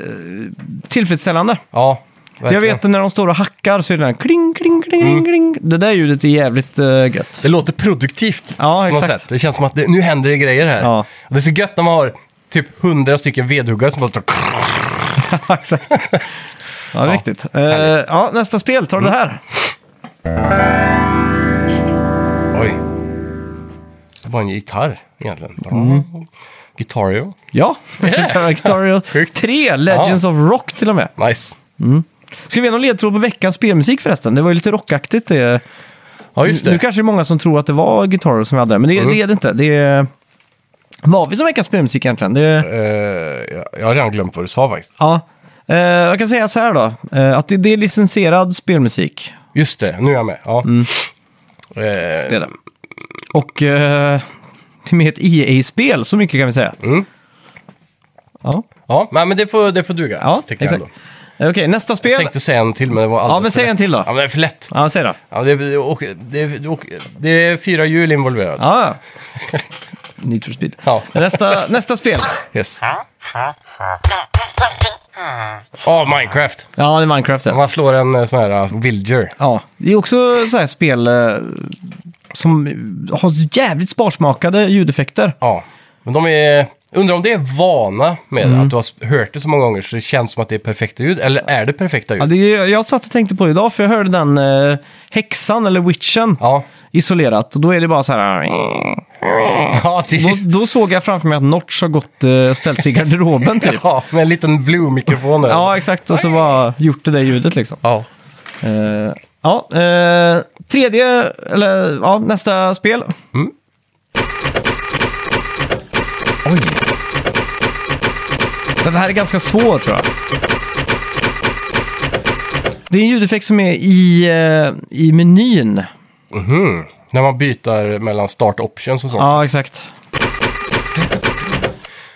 tillfredsställande.
Ja, verkligen.
Jag vet när de står och hackar så är det den här kling, kling, kling, kling. Det där ljudet är jävligt eh, gött.
[laughs] Det låter produktivt
Ja,
på något
exakt.
sätt. Det känns som att det, nu händer det grejer här.
Ja.
Och det är så gött när man har typ hundra stycken vedhuggare som bara...
[laughs] Ja, Exakt. Ja, det är riktigt. Eh, ja, nästa spel, tar du det här?
Oj. Det var en gitarr egentligen.
Mm.
Guitario.
[laughs] Ja, Guitario
Sjukt.
3, Legends of Rock till och med.
Nice.
Ska vi ge någon ledtråd på veckans spelmusik förresten? Det var ju lite rockaktigt det.
Ja, just
Nu
det.
kanske det är många som tror att det var Guitario som vi hade där, men det, det är det inte. Det är... Vad vi som veckans spelmusik egentligen? Det...
Eh, jag, jag har redan glömt vad du sa faktiskt.
Ja. Eh, jag kan säga så här då, eh, att det, det är licensierad spelmusik.
Just det, nu är jag med. Ja.
Mm.
Eh,
Det är det. Och eh, till och med ett EA-spel, så mycket kan vi säga.
Mm.
Ja,
ja, nej, men det får, det får duga.
ja
tycker
exakt.
jag ändå.
Eh, Okej, nästa
Jag
spel.
tänkte säga en till, men det var alldeles
men
för
säg en
lätt.
till då.
Ja, men det är för lätt.
Ja, säg då.
Ja, det, är- och, det, är- och, det är fyra hjul involverade.
Ja. [laughs] Need for speed.
Ja.
Nästa, nästa spel.
Yes. Åh, Minecraft!
Ja, det är Minecraft. det.
Man slår en eh, sån här uh, villager.
Ja, det är också så här spel eh, som har så jävligt sparsmakade ljudeffekter.
Ja, men de är... Undrar om det är vana med
Mm.
det, att du har hört det så många gånger så det känns som att det är perfekta ljud, eller är det perfekta
Ja,
ljud?
det är, jag satt och tänkte på det idag, för jag hörde den eh, häxan eller witchen
Ja,
isolerat. Och då är det bara så här...
ja, det
Då, då såg jag framför mig att Notch har gått eh, och ställt sig i garderoben typ.
[laughs] ja med en liten blue-mikrofon där.
Ja, exakt. Och så bara gjort det där ljudet liksom.
ja.
Eh, ja, eh, tredje, eller ja, nästa spel.
Mm.
Oj. Den här är ganska svår tror jag. Det är en ljudeffekt som är i, eh, i menyn.
När man byter mellan start options och sånt.
Ja, exakt.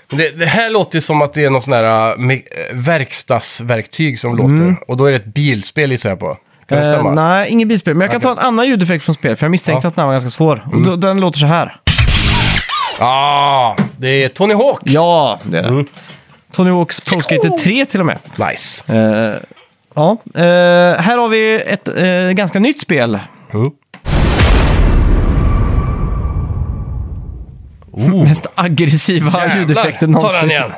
Men Det, det här låter ju som att det är någon sån här äh, me- äh, verkstadsverktyg som låter. Och då är det ett bilspel gissar jag på. Kan det
Mm. Eh,
stämma?
nej, ingen bilspel. Men jag kan
Okej.
ta en annan ljudeffekt från spel, för jag misstänkte
Ja. Mm.
att den här var ganska svår. Och då, den låter så här.
Ah, det är Tony Hawk!
Ja, det är det. Tony Hawks Pro Skater 3 till och med.
Nice.
Eh, ja. Eh, här har vi ett eh, ganska nytt spel.
Oh.
Mest aggressiva ljudeffekten
Jävlar,
någonsin.
ta den igen.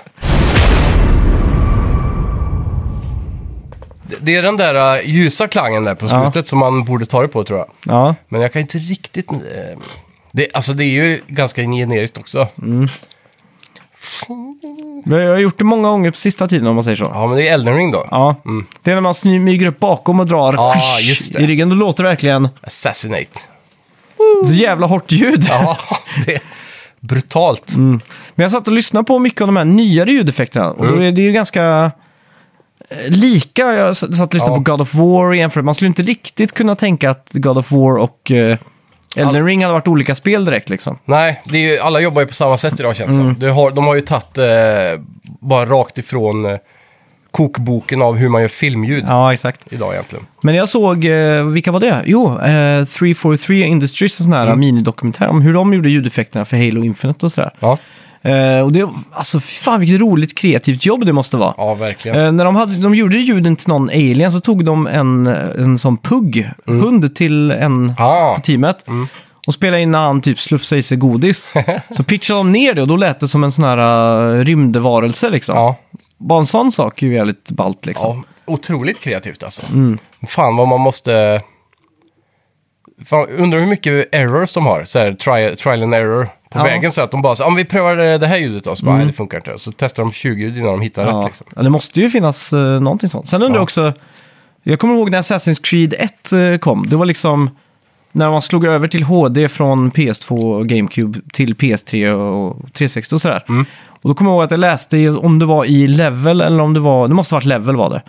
Det- Det är den där äh, ljusa klangen där på slutet som man borde ta det på tror jag.
Ja.
Men jag kan inte riktigt... äh, det, alltså det är ju ganska generiskt också.
Mm. Men Jag har gjort det många gånger på sista tiden om man säger så.
Ja, men det är Elden Ring då.
Ja. Det är när man smyger upp bakom och drar
Ja, just det.
i ryggen. Då låter det verkligen
Assassinate.
så jävla hårt ljud.
Ja, [laughs] det är brutalt.
Men jag satt och lyssnade på mycket av de här nyare ljudeffekterna. Och då är det ju ganska eh, lika. Jag s- satt och lyssnade
Ja.
på God of War igen. För man skulle inte riktigt kunna tänka att God of War och eh, Elden Ring hade varit olika spel direkt liksom.
Nej, det är ju, alla jobbar ju på samma sätt idag känns det
Mm.
som. det har, De har ju tagit eh, bara rakt ifrån eh, kokboken av hur man gör filmljud
Ja, exakt.
idag egentligen.
Men jag såg, eh, vilka var det? Jo, eh, 343 Industries, en sån här minidokumentär om hur de gjorde ljudeffekterna för Halo Infinite och sådär.
Ja,
Eh, och det, alltså fy fan vilket roligt kreativt jobb det måste vara.
ja verkligen.
Eh, när de, hade, de gjorde ljuden till någon alien så tog de en, en sån pugg,
Mm.
hund till en
Ah.
på teamet. Och spelade in när han typ slufsade i sig godis.
[laughs]
så pitchade de ner det och då lät det som en sån här eh, rymdvarelse liksom.
Ja,
Bara en sån sak är ju jävligt ballt liksom.
ja, otroligt kreativt alltså.
Mm.
Fan vad man måste... Fan, undrar hur mycket errors de har, så här, trial, trial and error på
Ja. Mm.
vägen. Så att de bara, så, "Ja, men vi prövar eh, det här ljudet då, så bara, nej det funkar inte. Så testar de 20 ljud innan de hittar
Ja.
rätt liksom.
ja, det måste ju finnas uh, någonting sånt. Sen undrar jag
Ja.
också, jag kommer ihåg när Assassin's Creed 1 eh, kom. Det var liksom när man slog över till HD från PS2 och GameCube till PS3 och 360 och sådär.
Mm.
Och då kommer jag ihåg att jag läste i- om det var i Level eller om det var, det måste ha varit Level var det.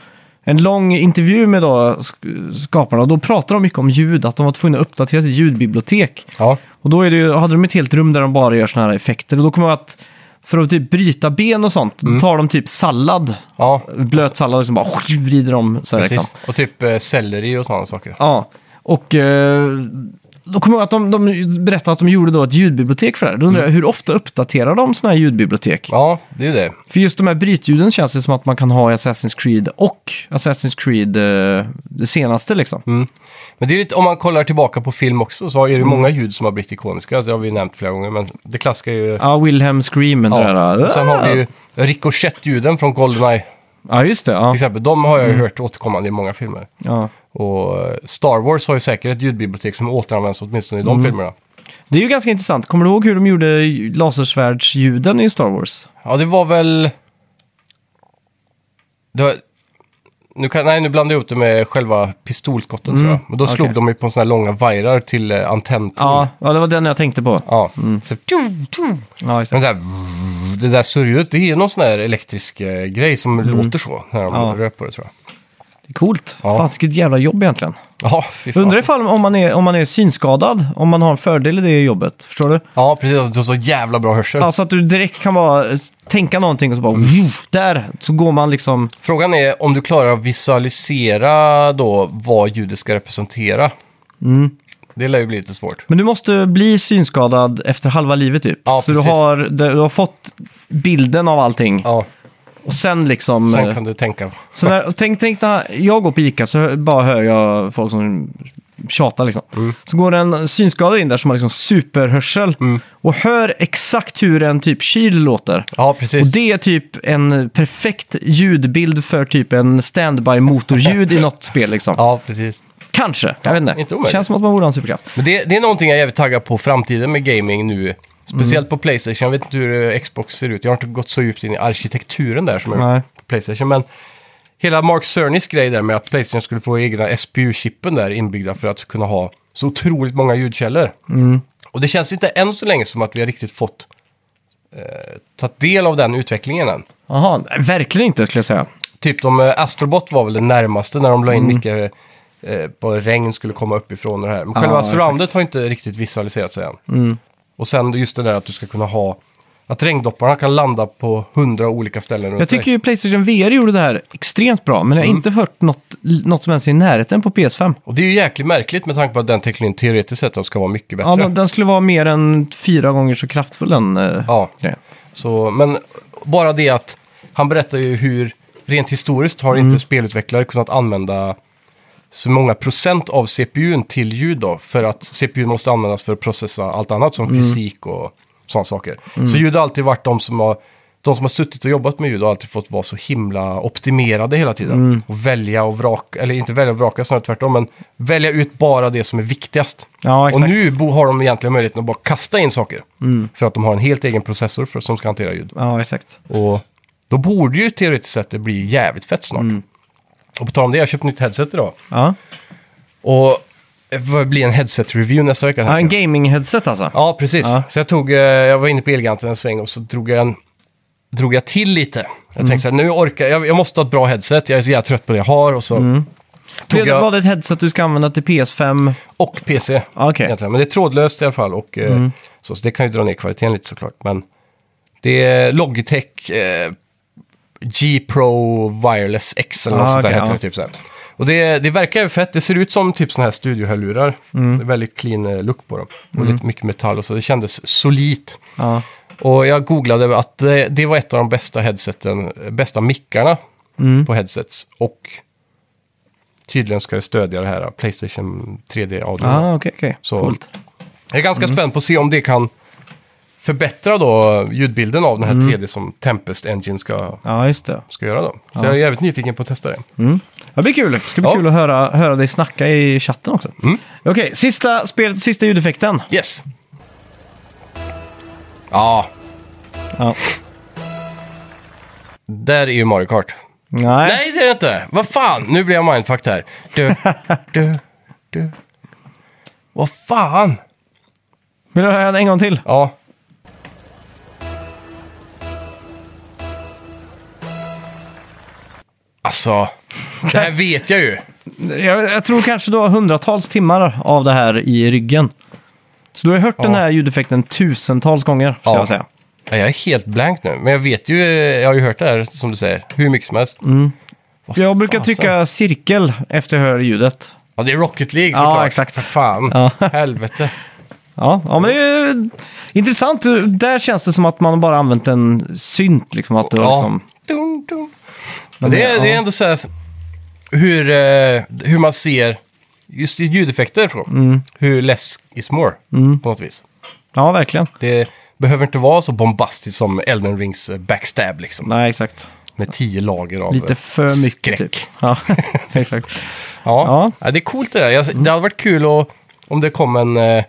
En lång intervju med då sk- skaparna och då pratade de mycket om ljud, att de var tvungna att uppdatera sitt ljudbibliotek.
Ja,
Och då är det ju, hade de ett helt rum där de bara gör såna här effekter. Och då kommer jag att För att typ bryta ben och sånt, då tar de typ sallad,
Mm. Ja,
blöt sallad och så bara [laughs] vrider de så här liksom.
precis. Och typ eh, selleri och sådana saker.
Ja, och eh, då kommer jag ihåg att de, de berättade att de gjorde då ett ljudbibliotek för det här. Då undrar
Mm.
jag, hur ofta uppdaterar de sådana här ljudbibliotek?
Ja, det är det.
För just de här brytljuden känns det som att man kan ha i Assassin's Creed och Assassin's Creed eh, det senaste liksom.
Mm. Men det är lite, om man kollar tillbaka på film också så är det
Mm.
ju många ljud som har blivit ikoniska. Alltså, Det har vi nämnt flera gånger, men det klassiska är ju...
Ja, Wilhelm Screamen ja. där.
Och Sen har vi ju ricochet-ljuden från Goldeneye. Till
Ja, just det. Ja. Mm.
exempel, de har jag ju hört återkommande i många filmer.
Ja.
Och eh, Star Wars har ju säkert ett ljudbibliotek som återanvänds åtminstone i
Mm.
de filmerna.
Det är ju ganska intressant. Kommer du ihåg hur de gjorde lasersvärdsljuden i Star Wars?
Ja, det var väl... Det var... Nu kan... Nej, nu blandar jag ihop det med själva pistolskotten tror jag. Men då slog
Mm. okej.
de ju på sådana här långa vajrar till eh, antenntorn.
Ja, Mm. ja, det var den jag tänkte på.
Ja. Så, tju, tju.
Ja, exakt.
Men det där, det där surrljudet, det är någon sån här elektrisk eh, grej som låter så när de
Mm. Ja.
rör på det tror jag.
Det är coolt.
Ja. Alltså.
Fan, vilket jävla jobb egentligen.
Ja, fy fan.
Undrar ifall om man, är, om man är synskadad, om man har en fördel i det jobbet. Förstår du?
Ja, precis. Alltså, Du har så jävla bra hörsel.
Alltså att du direkt kan bara tänka någonting och så bara...
Mm.
"Woof", Där! Så går man liksom...
Frågan är om du klarar att visualisera då vad ljudet ska representera.
Mm.
Det lär ju bli lite svårt.
Men du måste bli synskadad efter halva livet typ.
Ja,
så du
precis.
har, du har fått bilden av allting.
Ja,
Och sen liksom... eh,
sen kan du tänka.
Så när, och tänk, tänk när jag går på Ica så hör- bara hör jag folk som tjatar liksom.
Mm.
Så går en synskadad in där som har liksom superhörsel
Mm.
och hör exakt hur en typ kyl låter.
Ja,
Och
precis.
det är typ en perfekt ljudbild för typ en standby motorljud i något spel liksom.
Ja, precis.
Kanske, jag vet inte.
inte omöjligt.
Känns som att man borde ha en superkraft.
Men det, det är någonting jag är jävligt taggad på framtiden med gaming nu. Speciellt på Playstation. Jag vet inte hur eh, Xbox ser ut. Jag har inte gått så djupt in i arkitekturen där som jag
Nej.
gjort på Playstation. Men hela Mark Cernys grej där med att Playstation skulle få egna SPU-chippen där inbyggda för att kunna ha så otroligt många ljudkällor. Och det känns inte än så länge som att vi har riktigt fått eh, tagit del av den utvecklingen än.
Jaha, nej, verkligen inte skulle jag säga.
Typ de, eh, Astrobot var väl det närmaste när de la in
Mm.
mycket eh, på regn skulle komma uppifrån och det här. Men
Ja,
själva
exakt. Mm.
surroundet har inte riktigt visualiserats än. Och sen just det där att du ska kunna ha, att regndopparna kan landa på hundra olika ställen runt
Jag tycker
dig.
ju Playstation VR gjorde det här extremt bra, men jag
Mm.
har inte hört något, något som ens är i närheten på PS5.
Och det är ju jäkligt märkligt med tanke på att den tekniken teoretiskt sett då ska vara mycket bättre.
Ja, den, den skulle vara mer än fyra gånger så kraftfull den eh,
Ja.
grejen.
Så, men bara det att han berättar ju hur rent historiskt har
Mm.
inte spelutvecklare kunnat använda så många procent av CPUn till ljud då, för att CPUn måste användas för att processa allt annat som
Mm.
fysik och sådana saker. Så ljud har alltid varit de som har, de som har suttit och jobbat med ljud har alltid fått vara så himla optimerade hela tiden.
Mm.
Och välja och vraka, eller inte välja och vraka snarare tvärtom, men välja ut bara det som är viktigast.
Ja,
och
exakt. Mm.
nu bo- har de egentligen möjligheten att bara kasta in saker. För att de har en helt egen processor för, som ska hantera ljud.
Ja, exakt.
Och då borde ju teoretiskt sett det bli jävligt fett snart.
Mm.
Och på tal om det, jag har köpt nytt headset idag.
Ja.
Och det blir en headset-review nästa vecka.
Ja, en gaming-headset alltså.
Ja, precis.
Ja.
Så jag tog, eh, jag var inne på Elgiganten en sväng och så drog jag, en, drog jag till lite. Jag
Mm.
tänkte så här, nu orkar jag, jag måste ha ett bra headset, jag är så jävla trött på det jag har och så
Det
tog jag
Var det ett headset Mm. du ska använda till PS5?
och PC.
Ja, Okej. Mm.
Egentligen. Men det är trådlöst i alla fall och eh, så, så det kan ju dra ner kvaliteten lite såklart. Men det är Logitech eh, G Pro Wireless X eller
Ah,
något sånt där
okej,
heter
ja.
det. Typ så här. Och det, det verkar ju fett. Det ser ut som typ såna här studiohörlurar. Det är
Mm.
väldigt clean eh, look på dem. Och lite mycket metall och så. Det kändes solitt.
Ja.
Och jag googlade att det, det var ett av de bästa headseten, eh, bästa mickarna
Mm.
på headsets. Och tydligen ska det stödja det här eh, Playstation 3D-audio.
Ah, Mm. okej, okej.
Så-
Coolt.
Jag är ganska spänd på att se om det kan förbättra då ljudbilden av den här
Mm.
3D som Tempest Engine ska,
Ja, just det.
ska göra då. Så jag är jävligt nyfiken på att testa det.
Mm. Ja, Det blir kul. Det ska bli
Ja. Mm.
kul att höra, höra dig snacka i chatten också. Okej, sista, spelet, sista ljudeffekten.
Yes! Ja,
Ja.
där är ju Mario Kart.
Nej.
Nej, det är det inte! Vad fan, nu blir jag mindfucked här. Du, du, du. Vad fan!
Vill du höra den en gång till?
Ja. Alltså, det här vet jag ju.
Jag, jag tror kanske du har hundratals timmar av det här i ryggen. Så du har hört den här ljudeffekten tusentals gånger, ska
Ja.
jag säga.
Nej, Jag är helt blank nu, men jag vet ju, eh, jag har ju hört det här som du säger, hur mycket som helst.
Mm. Jag brukar
fasen.
trycka cirkel efter jag hör ljudet.
Ja, det är Rocket League
Ja,
såklart.
exakt.
För fan,
Ja.
helvete.
Ja, ja men det är ju intressant. Där känns det som att man bara använt en synt. Liksom, att det var liksom...
Dun, dun. Men det, är, det är ändå så här hur, eh, hur man ser just i ljudeffekter så.
Mm.
Hur less is more på något vis.
Ja, verkligen.
Det behöver inte vara så bombastiskt som Elden Rings eh, backstab liksom.
Nej, exakt.
Med tio lager av eh,
Lite för mycket.
skräck.
Typ. Ja, [laughs] exakt.
Ja.
Ja.
ja, det är coolt det där. Jag, det hade varit kul att, om det kom en, eh,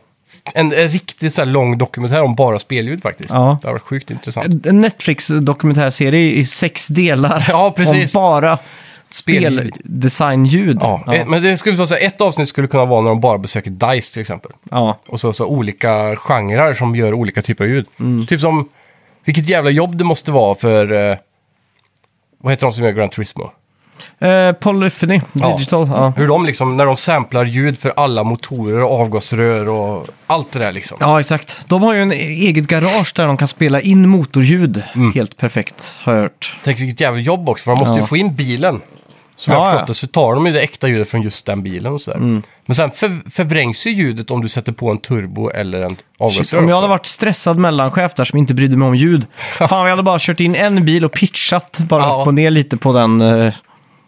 en riktigt så här lång dokumentär om bara spelljud faktiskt.
Ja.
Det hade varit sjukt intressant.
En Netflix-dokumentärserie i sex delar.
Ja, precis.
Om bara
Spelljud.
speldesignljud.
Ja,
ja.
eh, men det skulle vara så här, ett avsnitt skulle kunna vara när de bara besöker DICE till exempel.
ja.
Och så, så olika genrer som gör olika typer av ljud.
Mm.
Typ som, vilket jävla jobb det måste vara för, eh, vad heter de som gör Gran Turismo?
Eh, Polyphony,
Ja.
digital. Ja.
Hur de liksom, när de samplar ljud för alla motorer och avgasrör och allt det där liksom.
ja, exakt. De har ju en eget garage där de kan spela in motorljud.
Mm.
Helt perfekt, har jag hört.
Tänk vilket jävla jobb också, för man måste ju
Ja.
få in bilen. Som jag
Ja,
har
ja. Mm.
förstått det så tar de ju det äkta ljudet från just den bilen och sådär. Men sen för, förvrängs ju ljudet om du sätter på en turbo eller en avgasrör
Shit, om jag
också.
hade varit stressad mellanchef där som inte brydde mig om ljud. Fan, vi hade bara kört in en bil och pitchat bara
Ja.
upp och ner lite på den. eh,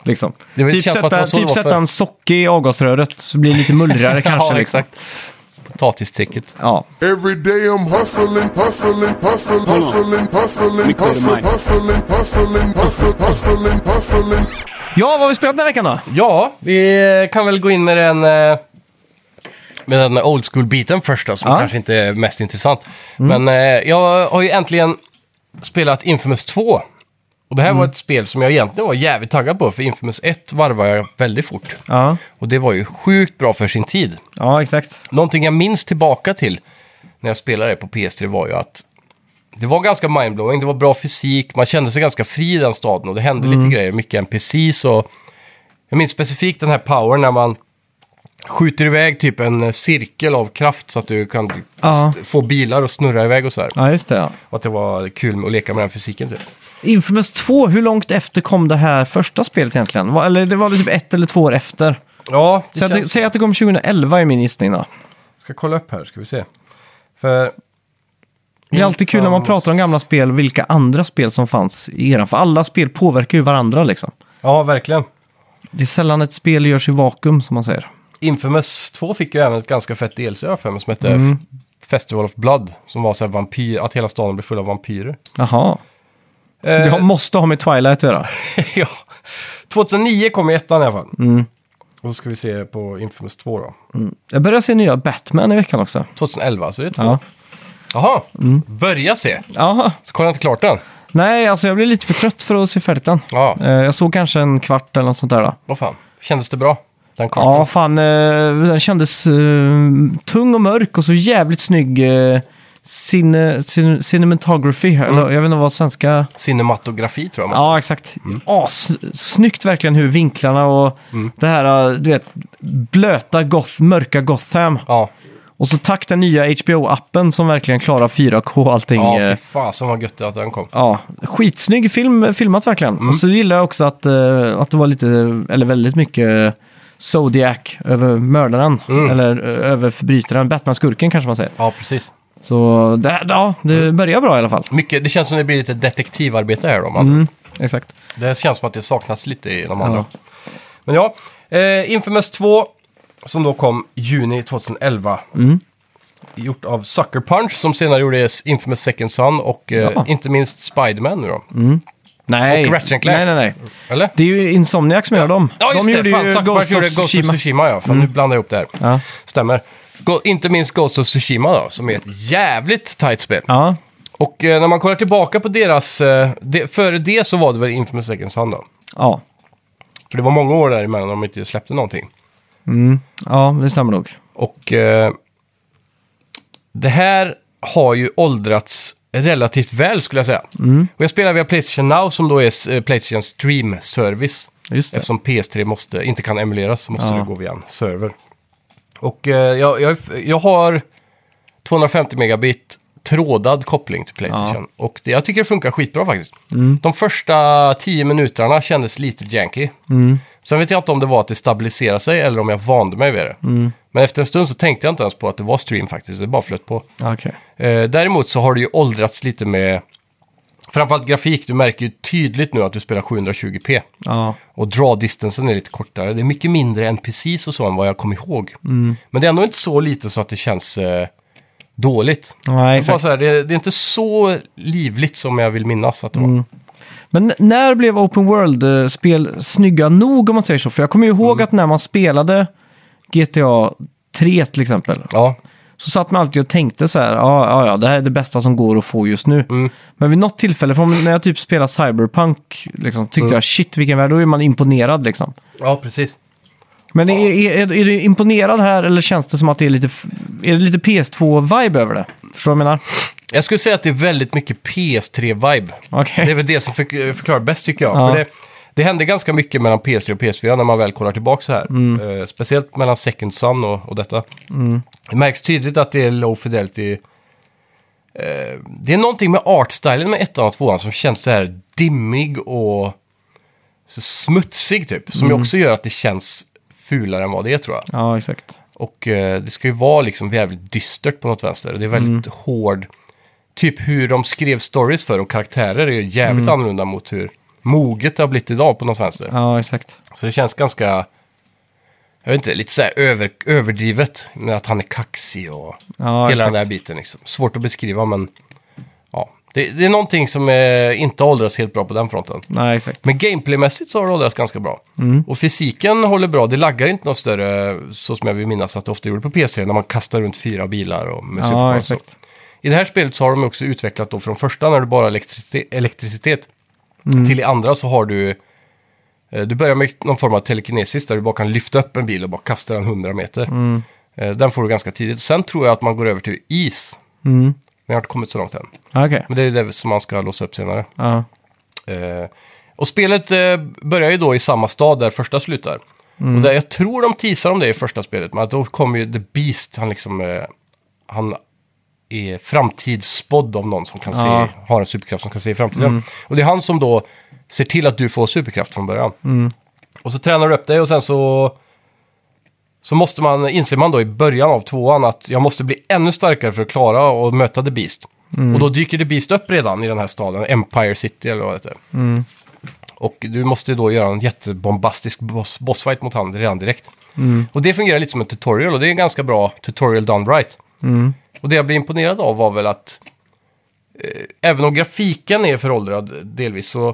Liksom.
Det var-
Typ
känns som att det
sätta,
var så det
typ
var
sätta
för-
en socke i avgasröret så blir det lite mullrigare kanske.
[laughs] Ja,
liksom.
exakt. Potatistricket.
Ja.
Every day I'm hustling, hustling, hustling,
Hold on.
hustling,
Let
hustling,
me clear the
hustling,
mic.
hustling, hustling, hustling, hustling, hustling.
ja, vad har vi spelat den här veckan då?
Ja, vi eh, kan väl gå in med den, eh, med den old school-biten först då, som
Ja.
kanske inte är mest intressant. Men eh, jag har ju äntligen spelat Infamous 2. Och det här
Mm.
var ett spel som jag egentligen var jävligt taggad på, för Infamous 1 varvade jag väldigt fort.
Ja,
Och det var ju sjukt bra för sin tid.
ja exakt.
Någonting jag minns tillbaka till när jag spelade det på PS3 var ju att det var ganska mindblowing, det var bra fysik, man kände sig ganska fri i den staden och det hände lite grejer, mycket NPCs och... Jag minns specifikt den här powern när man skjuter iväg typ en eh, cirkel av kraft så att du kan
Ja.
st- få bilar att snurra iväg och sådär.
Ja, just det. Ja.
Och att det var kul med att leka med den fysiken typ.
Infamous 2, hur långt efter kom det här första spelet egentligen? Va- Eller det var väl typ ett eller två år efter.
Ja, det
Så att det,
känns-
säg att det kom 2011 i min gissning då.
Ska kolla upp här, ska vi se. För...
Det är alltid kul när man pratar om gamla spel, vilka andra spel som fanns i eran. För alla spel påverkar ju varandra liksom.
Ja, verkligen.
Det är sällan ett spel görs i vakuum som man säger.
Infamous 2 fick ju även ett ganska fett DLC jag har för mig, som hette
Mm.
F- Festival of Blood. Som var så här vampyr, att hela staden blev full av vampyrer.
Jaha.
Eh,
Det har- måste ha med Twilight att göra.
[laughs] ja. 2009 kom i ettan i alla fall.
Mm.
Och så ska vi se på Infamous 2 då.
Jag börjar se nya Batman i veckan också.
2011, så det är två.
Ja. Mm.
Jaha, börja se.
Jaha.
Så kollar jag inte klart den.
Nej, alltså jag blev lite för trött för att se färdigt den.
Ja,
Eh, Jag såg kanske en kvart eller något sånt där då.
vad fan. Kändes det bra? Den kartan?
Ja, fan. eh, Den kändes eh, tung och mörk och så jävligt snygg eh, cine, cine, cinematography. Eller, jag vet inte vad svenska...
Cinematografi tror jag man
Ja, exakt.
Mm.
As, snyggt verkligen hur vinklarna och det här, eh, du vet, blöta, goth, mörka Gotham.
Ja,
Och så tack den nya HBO-appen som verkligen klarar 4K och allting.
ja
eh,
fy fasen vad gött det att den kom.
Ja, skitsnygg film, filmat verkligen.
Mm.
Och så gillar jag också att, eh, att det var lite, eller väldigt mycket Zodiac över mördaren.
Mm.
Eller eh, över förbrytaren, Batman-skurken kanske man säger.
Ja, precis.
Så det, ja,
Mm.
det börjar bra i alla fall.
Mycket, det känns som det blir lite detektivarbete här då. Man.
Exakt.
Det känns som att det saknas lite i de andra. Men ja, eh, Infamous 2 som då kom juni 2011. Gjort av Sucker Punch som senare gjorde Infamous Second Son och eh,
Ja.
inte minst Spiderman nu då.
Nej.
Och Ratchet and Clank.
Nej, nej, nej.
Eller?
Det är ju Insomniac som gör dem.
Ja, just
de
det. Fan, Sucker Punch gjorde Ghost of Tsushima Mm. ja. Fan, nu blandar jag ihop det här.
Ja.
Stämmer. Go- inte minst Ghost of Tsushima då, som är ett jävligt tight spel.
Ja,
Och eh, när man kollar tillbaka på deras... Eh, det, före det så var det väl Infamous Second Son då.
ja,
För det var många år däremellan de inte släppte någonting.
ja, det stämmer nog.
Och eh, det här har ju åldrats relativt väl skulle jag säga.
Mm.
Och jag spelar via Playstation Now som då är eh, Playstation Stream Service.
Just det.
Eftersom PS3 måste, inte kan emuleras så måste det gå via en server. Och eh, jag, jag, jag har 250 megabit trådad koppling till Playstation. Och det, jag tycker det funkar skitbra faktiskt. De första tio minuterna kändes lite janky. Sen vet jag inte om det var att det stabiliserade sig eller om jag vande mig vid det. Men efter en stund så tänkte jag inte ens på att det var stream faktiskt, det bara flöt på.
Okej.
Eh, däremot så har det ju åldrats lite med framförallt grafik. Du märker ju tydligt nu att du spelar 720p.
Ja.
Och draw distansen är lite kortare. Det är mycket mindre NPCs och så än vad jag kom ihåg.
Mm.
Men det är ändå inte så lite så att det känns eh, dåligt.
Nej,
det, är bara
exakt.
så här, det, det är inte så livligt som jag vill minnas att det var.
Mm. Men när blev Open World-spel snygga nog om man säger så? För jag kommer ju ihåg
Mm.
att när man spelade GTA 3 till exempel,
Ja,
så satt man alltid och tänkte så här, ja, ja, ja, det här är det bästa som går att få just nu.
Mm.
Men vid något tillfälle, från när jag typ spelade Cyberpunk, liksom, tyckte
Mm.
jag shit vilken värld, då är man imponerad liksom.
ja precis.
Men är, är, är, är du imponerad här eller känns det som att det är lite, f- är det lite PS2-vibe över det? Förstår du vad jag menar?
Jag skulle säga att det är väldigt mycket PS3-vibe.
Okej.
Det är väl det som förk- förklarar bäst tycker jag.
Ja.
För det, det hände ganska mycket mellan PS3 och PS4 när man väl kollar tillbaka så här.
Mm.
Eh, speciellt mellan Second Sun och, och detta. Det märks tydligt att det är low fidelity. Eh, det är någonting med artstylen med ettan och tvåan som känns så här dimmig och så smutsig typ. Som ju
Mm.
också gör att det känns fulare än vad det är tror jag.
Ja, exakt.
Och eh, det ska ju vara liksom jävligt dystert på något vänster. Det är väldigt
Mm.
hård. Typ hur de skrev stories för och karaktärer är ju jävligt annorlunda mot hur moget det har blivit idag på något vänster.
Mm. Ja, exakt.
Så det känns ganska, jag vet inte, lite så här över, överdrivet. Med att han är kaxig och
Ja,
hela
exakt.
den där biten liksom. Svårt att beskriva men ja. Det, det är någonting som eh, inte har åldrats helt bra på den fronten.
Nej, exakt.
Men gameplaymässigt så har det åldrats ganska bra.
Mm.
Och fysiken håller bra, det laggar inte något större, så som jag vill minnas att det ofta gjorde på PC, när man kastar runt fyra bilar och med
Ja,
supercars och så.
exakt.
I det här spelet så har de också utvecklat då från första när du bara har elektricitet, elektricitet
Mm.
till i andra så har du eh, du börjar med någon form av telekinesis där du bara kan lyfta upp en bil och bara kasta den 100 meter.
Mm.
Eh, Den får du ganska tidigt. Sen tror jag att man går över till is.
Mm.
Men jag har inte kommit så långt än.
Ja, Okej.
Men det är det som man ska låsa upp senare.
Ja.
Eh, och spelet eh, börjar ju då i samma stad där första slutar. Och där, jag tror de teasar om det i första spelet, men att då kommer ju The Beast, han liksom... Eh, han är framtidsspådd av någon som kan
Ja.
se, har en superkraft som kan se i framtiden. Och det är han som då ser till att du får superkraft från början. Och så tränar du upp dig och sen så... Så måste man, inser man då i början av tvåan att jag måste bli ännu starkare för att klara och möta The Beast. Och då dyker The Beast upp redan i den här staden, Empire City eller vad det heter. Och du måste ju då göra en jättebombastisk boss, bossfight mot han redan direkt. Och det fungerar lite som en tutorial och det är en ganska bra tutorial done right. Och det jag blev imponerad av var väl att eh, även om grafiken är föråldrad delvis så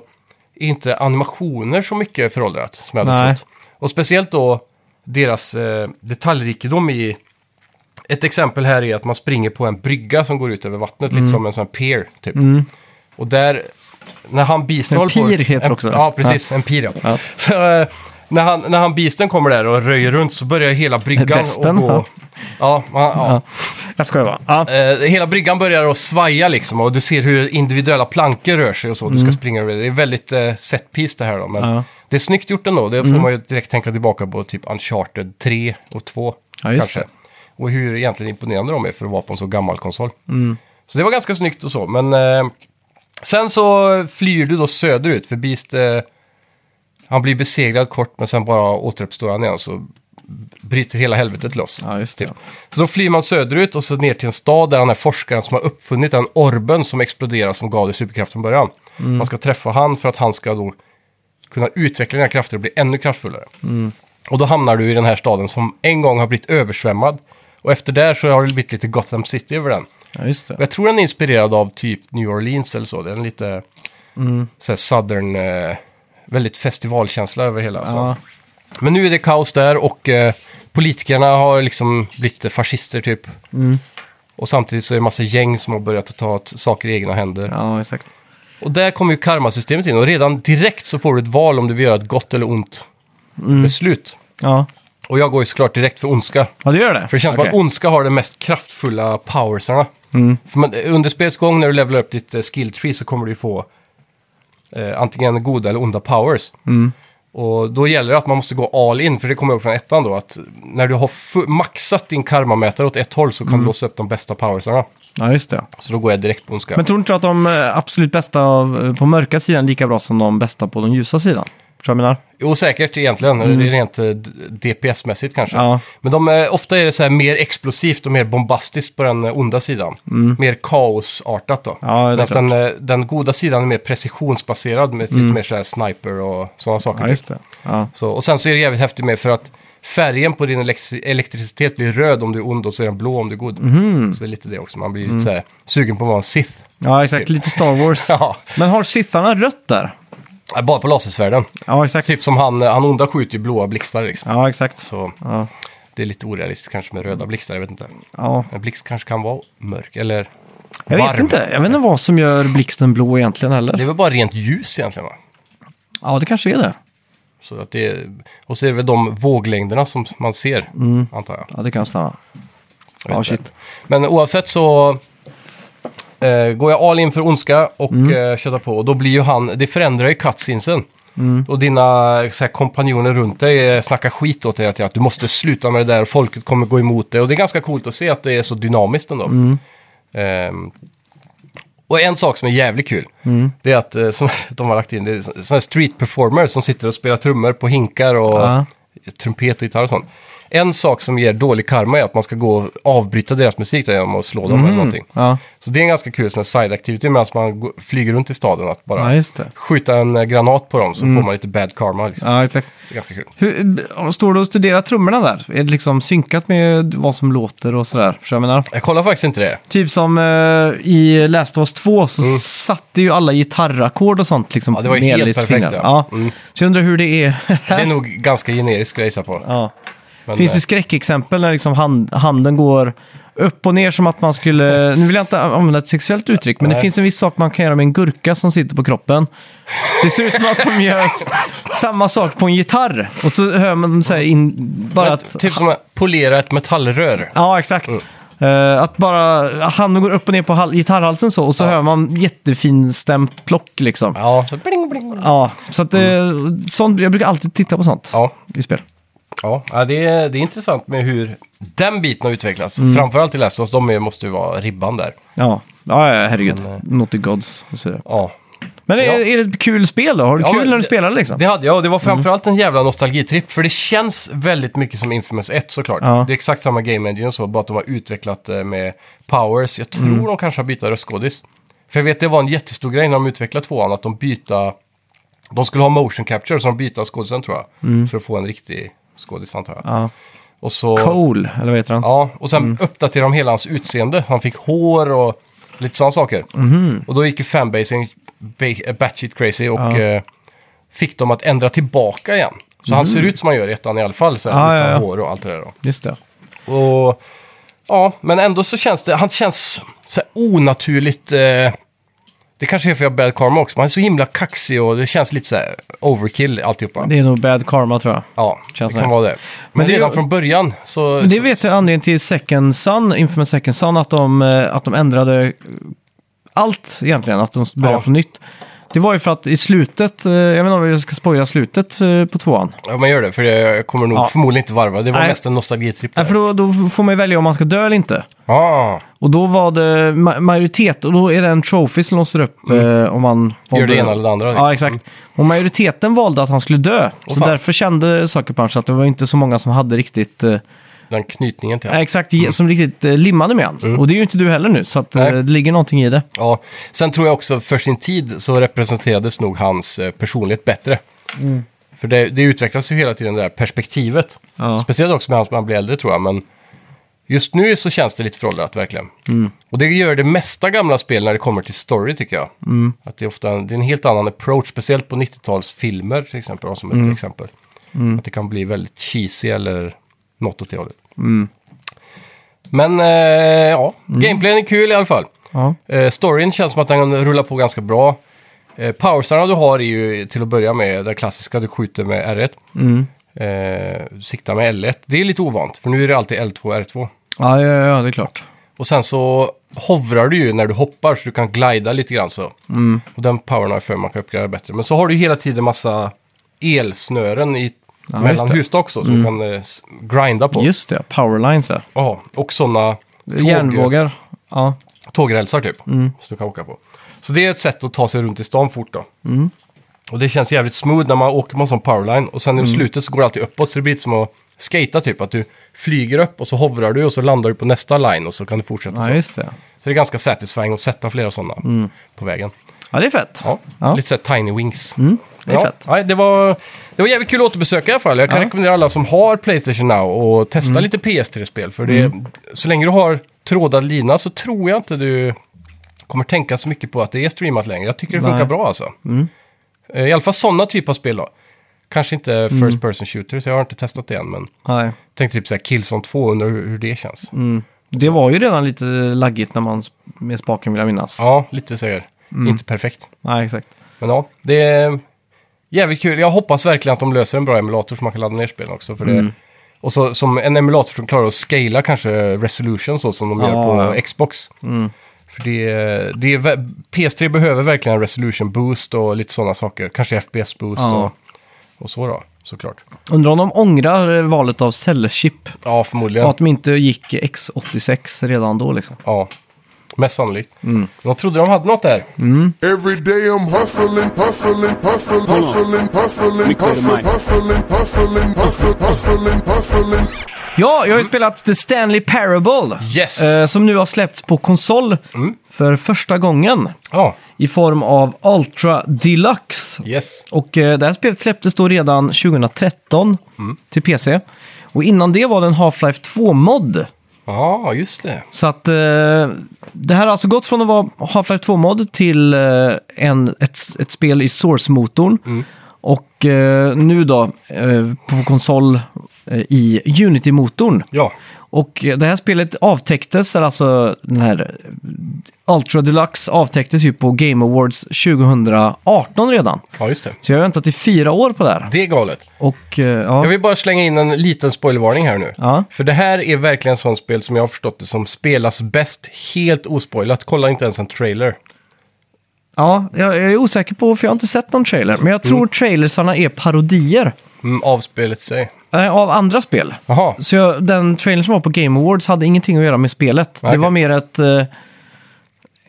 är inte animationer så mycket föråldrat som jag hade
Nej.
trott. Och speciellt då deras eh, detaljrikedom i... Ett exempel här är att man springer på en brygga som går ut över vattnet, lite som en sån här pier typ. Och där, när han bistår...
En
håller på-
pier heter det också.
Ja, precis. En pir, ja.
Ja.
Så, eh, när han, när han bisten kommer där och röjer runt så börjar hela bryggan
Besten,
att gå...
ja.
Ja, ja, ja.
Ja. Jag skojar bara. Ja.
Eh, hela bryggan börjar att svaja liksom och du ser hur individuella plankor rör sig och så. Du ska springa över det. Det är väldigt eh, set piece det här då. Men
Mm. Ja. Mm.
det är snyggt gjort ändå. Det får man ju direkt tänka tillbaka på typ Uncharted 3 och 2
Ja, just
kanske. Och hur egentligen imponerande de är för att vara på en så gammal konsol.
Mm.
Så det var ganska snyggt och så. Men eh, sen så flyr du då söderut för Beast... Eh, han blir besegrad kort men sen bara återuppstår han igen så bryter hela helvetet loss.
Ja, just det.
Typ. Så då flyr man söderut och så ner till en stad där han är forskaren som har uppfunnit den orben som exploderar som gav dig superkraft från början.
Mm.
Man ska träffa han för att han ska då kunna utveckla dina krafter och bli ännu kraftfullare.
Mm.
Och då hamnar du i den här staden som en gång har blivit översvämmad. Och efter där så har det blivit lite Gotham City över den.
Ja, just
Och
det.
jag tror den är inspirerad av typ New Orleans eller så. Den är lite
Mm.
så här southern, eh, väldigt festivalkänsla över hela staden.
Ja.
Men nu är det kaos där och eh, politikerna har liksom blivit fascister typ.
Mm.
Och samtidigt så är det massa gäng som har börjat att ta t- saker i egna händer.
ja, exakt.
Och där kommer ju karmasystemet in och redan direkt så får du ett val om du vill göra ett gott eller ont
Mm.
beslut.
Ja.
Och jag går ju såklart direkt för ondska.
ja, det gör det.
För det känns
Okej.
som att ondska har de mest kraftfulla powersarna. För man, under spelets gång när du levelar upp ditt eh, skill tree så kommer du ju få eh, antingen goda eller onda powers. Och då gäller det att man måste gå all in, för det kommer jag ihåg från ettan då, att när du har fu- maxat din karmamätare åt ett håll så kan du låsa upp de bästa powersarna.
Ja, just det.
Så då går jag direkt på ondska.
Men tror inte du att de eh, absolut bästa av, eh, på mörka sidan är lika bra som de bästa på den ljusa sidan? Förstår du vad jag menar?
Jo, säkert egentligen. Det är rent eh, d- DPS-mässigt kanske.
Mm. Ja.
Men de, eh, ofta är det så här mer explosivt och mer bombastiskt på den eh, onda sidan. Mer kaosartat då.
Mm. Ja, det är
Medan
klart. Mm.
den, eh, den goda sidan är mer precisionsbaserad med lite mer så här sniper och sådana saker.
Ja,
typ.
just det. Ja.
så, och sen så är det jävligt häftigt med för att färgen på din elektri- elektricitet blir röd om du är ond och så är den blå om du är god.
Mhm.
Så det är lite det också. Man blir
Mm.
lite så här sugen på att vara en Sith.
ja, exakt. Lite Star Wars.
[laughs] Ja.
Men har sittarna rött där?
Ja, Äh, Bara på lasersvärden.
Ja, exakt.
Typ som han, eh, han onda skjuter ju blåa blixtar liksom.
Ja, exakt.
Så
Ja.
det är lite orealistiskt kanske med röda blixtar, jag vet inte.
Ja.
En blixt kanske kan vara mörk eller
Jag
varm.
vet inte. Jag vet inte vad som gör blixten blå egentligen
Det
heller.
är väl bara rent ljus egentligen va?
Ja, det kanske är det.
Så att det är... Och så är det väl de våglängderna som man ser, antar jag.
Ja, det kan stämma.
Jag vet
Mm. Ja,
inte.
shit.
Men oavsett så eh, går jag all in för ondska och
Mm.
eh, köttar på. Och då blir ju han, det förändrar ju cutscenesen.
Mm.
Och dina så här, kompanjoner runt dig eh, snackar skit åt dig att att du måste sluta med det där och folket kommer gå emot dig. Och det är ganska coolt att se att det är så dynamiskt ändå.
Mm.
Ehm, och en sak som är jävligt kul,
Mm.
det är att eh, som, [laughs] de har lagt in det är såna här street performers som sitter och spelar trummor på hinkar och
Ja.
trumpet och gitarr och sånt. En sak som ger dålig karma är att man ska gå och avbryta deras musik då genom att slå dem eller någonting.
Mm, Ja.
Så det är en ganska kul sån här side activity medan man går, flyger runt i staden. Att bara
Ja, just det. Mm.
skjuta en eh, granat på dem så får man lite bad karma. Liksom.
Ja, exakt.
Det är ganska kul.
Hur, står du och studerar trummorna där? Är det liksom synkat med vad som låter och sådär? Förstår du vad jag menar?
Jag kollar faktiskt inte det.
Typ som eh, i Last of Us 2 så satte ju alla gitarrackord och sånt liksom
Mm. Ja, det var ju
med
helt
Elis
perfekt,
fingrar.
ja. Mm.
Ja. Så jag undrar hur det är [laughs]
Det
här.
är nog ganska generiskt skulle jag gissa på.
Ja.
Men,
Finns
eh,
det skräckexempel när liksom hand, handen går upp och ner som att man skulle... Nu vill jag inte använda ett sexuellt uttryck, men det
Nej.
finns en viss sak man kan göra med en gurka som sitter på kroppen. Det ser ut som att de gör s- samma sak på en gitarr. Och så hör man så här in... Bara
men,
att...
Typ som att polera ett metallrör.
Ja, exakt.
Mm.
Eh, att bara handen går upp och ner på hal- gitarrhalsen så och så hör man jättefinstämt plock liksom. Ja,
Ja, så bling, bling.
så att eh, sånt, jag brukar alltid titta på sånt
Ja,
i spel.
ja. ja det, är, det är intressant med hur den biten har utvecklats.
Mm.
Framförallt i Last of Us, de är- måste ju vara ribban där.
Ja, ja ja, herregud. Naughty Gods och så vidare.
Ja.
Men är,
eh, Ja.
är det ett kul spel då? Har du
Ja,
kul
men
när du
det-
spelar liksom?
Det hade jag och det var framförallt en jävla nostalgitripp. För det känns väldigt mycket som Infamous 1 såklart.
Ja.
Det är exakt samma game engine och så, bara att de har utvecklat eh, med powers. Jag tror
Mm.
de kanske har bytt röstskådis. För jag vet det var en jättestor grej när de utvecklade tvåan, att de byta... De skulle ha motion capture, så de byta skådisen tror jag. För att få en riktig skådis antar jag.
Mm. Ja.
Och så...
Cole, eller vad heter han?
Ja, och sen
Mm.
uppdaterade de hela hans utseende. Han fick hår och lite sådana saker.
Mhm.
Och då gick ju fanbasen ba- eh, batshit crazy och eh, fick dem att ändra tillbaka igen. Så han ser ut som han gör i ettan i alla fall, så här,
Mm. Ah,
utan
ja, ja.
hår och allt det där. Då.
Just det.
Och, ja, men ändå så känns det, han känns så här onaturligt, eh, det kanske är för jag har bad karma också, men han är så himla kaxig och det känns lite så här overkill alltihopa.
Det är nog bad karma tror jag.
ja,
känns
det kan
det.
vara det. Men,
det är ju-
redan från början så...
Det vet jag anledningen till Second Sun, Infamous Second Sun, att de, eh, att de ändrade eh, allt egentligen, att de började
Ja.
från nytt. Det var ju för att i slutet, eh, jag vet inte om jag ska spoila slutet eh, på tvåan.
Ja, man gör det, för jag kommer nog
Ja.
förmodligen inte varva. Det var
Nej.
mest en nostalgitripp.
Nej, för
där. Ah,
då, då får man ju välja om man ska dö eller inte.
Ja,
Och då var det ma- majoritet, och då är det en trophy som låser upp eh, om man...
Mm. Gör det ena eller det andra, liksom.
Ja, exakt. Och majoriteten valde att han skulle dö. så
fan.
därför kände Sucker Punch att det var inte så många som hade riktigt... Eh,
den knytningen till
nej,
honom.
Exakt, ge- som riktigt eh, limmade med han. Och det är ju inte du heller nu, så att, eh,
Mm. Nej.
det ligger någonting i det.
Ja. Sen tror jag också för sin tid så representerades nog hans eh, personlighet bättre. För det, det utvecklas ju hela tiden det där perspektivet.
Ja.
Speciellt också med hans man blir äldre tror jag, men just nu så känns det lite föråldrat verkligen. Och det gör det mesta gamla spel när det kommer till story tycker jag. Att det, är ofta en, det är en helt annan approach, speciellt på 90-talsfilmer till exempel, som ett exempel. Att det kan bli väldigt cheesy eller något åt det hållet. Men eh, ja, gameplayen är kul i alla fall.
Ja.
Eh, storyn känns som att den rullar på ganska bra. Eh, powersarna du har är ju till att börja med den klassiska, du skjuter med R1.
Mm.
Eh, siktar med L1. Det är lite ovant, för nu är det alltid L2 och R2.
Ja, ja, ja, det är klart.
Och sen så hovrar du ju när du hoppar, så du kan glida lite grann så.
Mm.
Och den powern har jag för mig man kan uppgradera bättre. Men så har du ju hela tiden massa elsnören i, mellan
just det.
hustak också, som du kan eh, s- grinda på.
Just det, powerlines ja.
Ja, och sådana
Järnvågar. Ja.
tågrälsar typ. Som du kan åka på. Så det är ett sätt att ta sig runt i stan fort då. Och det känns jävligt smooth när man åker på en sån powerline. Och sen i slutet så går det alltid uppåt. Så det blir lite som att skata typ. Att du flyger upp och så hovrar du och så landar du på nästa line. Och så kan du fortsätta
Ja,
så.
just det.
Så det är ganska satisfying att sätta flera sådana på vägen.
Ja, det är fett.
Ja,
Ja. Mm,
lite såhär tiny wings.
det är
ja.
fett.
Nej, det, var, det var jävligt kul att återbesöka i alla fall. Jag kan rekommendera alla som har Playstation Now att
Mm.
testa lite PS3-spel. För det, så länge du har trådad lina så tror jag inte du kommer tänka så mycket på att det är streamat längre. Jag tycker det
Nej. Mm.
funkar bra alltså. Eh, I alla fall sådana typer av spel då. Kanske inte
Mm.
first person shooter, så jag har inte testat det än. Men
Nej.
tänkte typ såhär Killzone 2, undrar hur, hur det känns.
Mm. Det var ju redan lite laggigt när man sp- med spaken vill jag minnas.
Ja, lite såhär.
Mm.
Inte perfekt.
Nej, exakt.
Men ja, det är jävligt kul. Jag hoppas verkligen att de löser en bra emulator så man kan ladda ner spelen också. För det,
Mm.
Och så som en emulator som klarar att scala kanske resolution så som de gör
Ja, Mm.
på Xbox. För det, det är, vä- PS3 behöver verkligen en resolution boost och lite sådana saker. Kanske FPS boost
Ja.
och, och så då, såklart.
Undrar om de ångrar eh, valet av cellchip
Ja,
och
förmodligen.
att de inte gick X86 redan då liksom.
Ja, mest sannolikt.
Mm.
De trodde de hade något där.
Every day I'm hustling, hustling, hustling, hustling, hustling,
clear the
hustling,
mic.
hustling, hustling, hustling, hustling, hustling.
Ja, jag har ju spelat The Stanley Parable.
Mm. Yes. Mm.
Eh, som nu har släppts på konsol för första gången
Ja,
i form av Ultra Deluxe.
yes.
Och eh, det här spelet släpptes då redan 2013
Mm.
till PC. Och innan det var det en Half-Life 2-mod.
Ja, just det.
Så att eh, det här har alltså gått från att vara Half-Life 2-mod till eh, en, ett, ett spel i Source-motorn. Och eh, nu då eh, på konsol eh, i Unity-motorn.
Ja,
Och eh, det här spelet avtäcktes, eller alltså den här eh, Ultra Deluxe avtäcktes ju på Game Awards 2018 redan.
ja just det.
Så jag har väntat i fyra år på det här.
Det är galet.
Och eh, ja,
Jag vill bara slänga in en liten spoilervarning här nu.
Ja.
För det här är verkligen ett sånt spel som jag har förstått det som spelas bäst helt ospoilat. Kolla inte ens en trailer.
ja jag, jag är osäker på, för jag har inte sett någon trailer. Men jag tror trailersarna är parodier
Mm, av spelet sig.
eh, av andra spel.
Jaha,
Så jag, den trailern som var på Game Awards hade ingenting att göra med spelet. Det
Okej.
var mer ett... eh,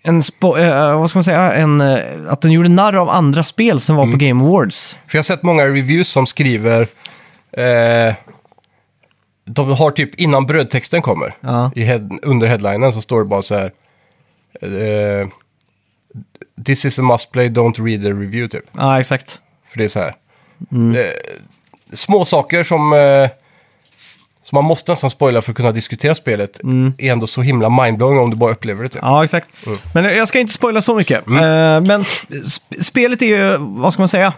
en spo- eh, vad ska man säga? En, eh, att den gjorde narr av andra spel som var
Mm.
på Game Awards.
för jag har sett många reviews som skriver... Eh, de har typ innan brödtexten kommer,
Ja.
i head, under headlinen, så står det bara så här... Eh, This is a must play, don't read the review, typ.
Ja, exakt.
För det är så här.
Mm.
Eh, små saker som, eh, som man måste nästan spoila för att kunna diskutera spelet är ändå så himla mindblowing om du bara upplever det. Typ.
Mm. Ja, exakt. Men jag ska inte spoila så mycket.
Mm.
Eh, men sp- spelet är ju, vad ska man säga?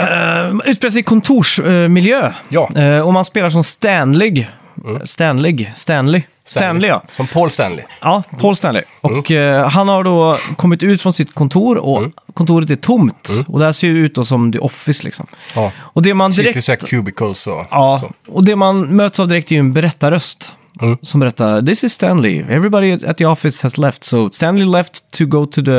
Uh, Utspelas i kontorsmiljö.
Ja. Mm.
Eh, och man spelar som Stanley. Stanley. Stanley. Stanley, ja.
Som Paul Stanley.
Ja, Paul Stanley. Och
Mm.
eh, han har då kommit ut från sitt kontor och kontoret är tomt.
Mm.
Och det här ser ju ut då som The Office liksom.
Ja.
Och det man direkt...
Typiskt så här cubicles och
Ja,
så.
och det man möts av direkt är ju en berättarröst.
Mm.
Som berättar, this is Stanley, everybody at the office has left, so Stanley left to go to the,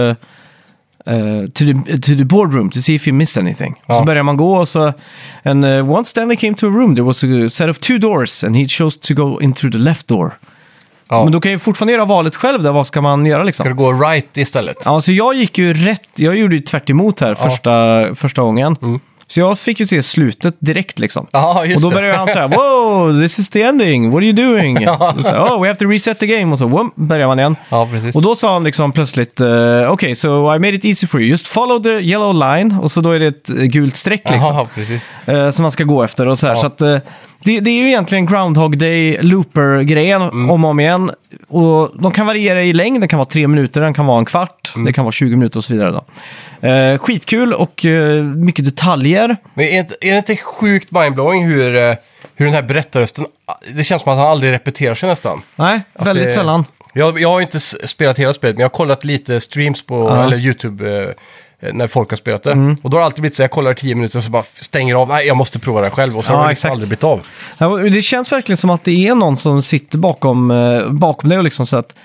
eh, to the, to the boardroom to see if he missed anything.
Ja.
Så börjar man gå och så, and eh, once Stanley came to a room there was a set of two doors and he chose to go in through the left door.
Ja.
Men då kan jag ju fortfarande göra valet själv där, vad ska man göra liksom?
Ska du gå right istället?
Ja, så jag gick ju rätt, jag gjorde ju tvärt emot här första, första gången. Så jag fick ju se slutet direkt liksom.
Mm. Ja, just
och då
det.
började han säga wow, this is the ending, what are you doing?
[laughs]
Och så, oh, we have to reset the game och så whoom, börjar man igen.
Ja, precis.
Och då sa han liksom plötsligt, eh, okej, so I made it easy for you, just follow the yellow line och så då är det ett eh, gult streck liksom.
Jaha, precis.
eh, som man ska gå efter och så här. Så att, eh, det, det är ju egentligen Groundhog Day Looper-grejen
Mm.
om och om igen. Och de kan variera i längd, den kan vara tre minuter, den kan vara en kvart,
Mm.
det kan vara 20 minuter och så vidare. Då. Eh, skitkul och eh, mycket detaljer.
Men är, inte, är det inte sjukt mindblowing hur, eh, hur den här berättarrösten... Det känns som att han aldrig repeterar sig nästan.
Nej, väldigt
det-
sällan.
eh, Jag, jag har inte s- spelat hela spelet, men jag har kollat lite streams på
Ja. Mm.
eller YouTube eh, eh, när folk har spelat det. Och då har det alltid blivit så jag kollar 10 minuter och så bara f- stänger av. Nej, jag måste prova det här själv. Och så
Ja,
har det liksom
exakt.
aldrig blivit av. [laughs]
Ja, och Det känns verkligen som att det är någon som sitter bakom, eh, bakom dig och liksom så att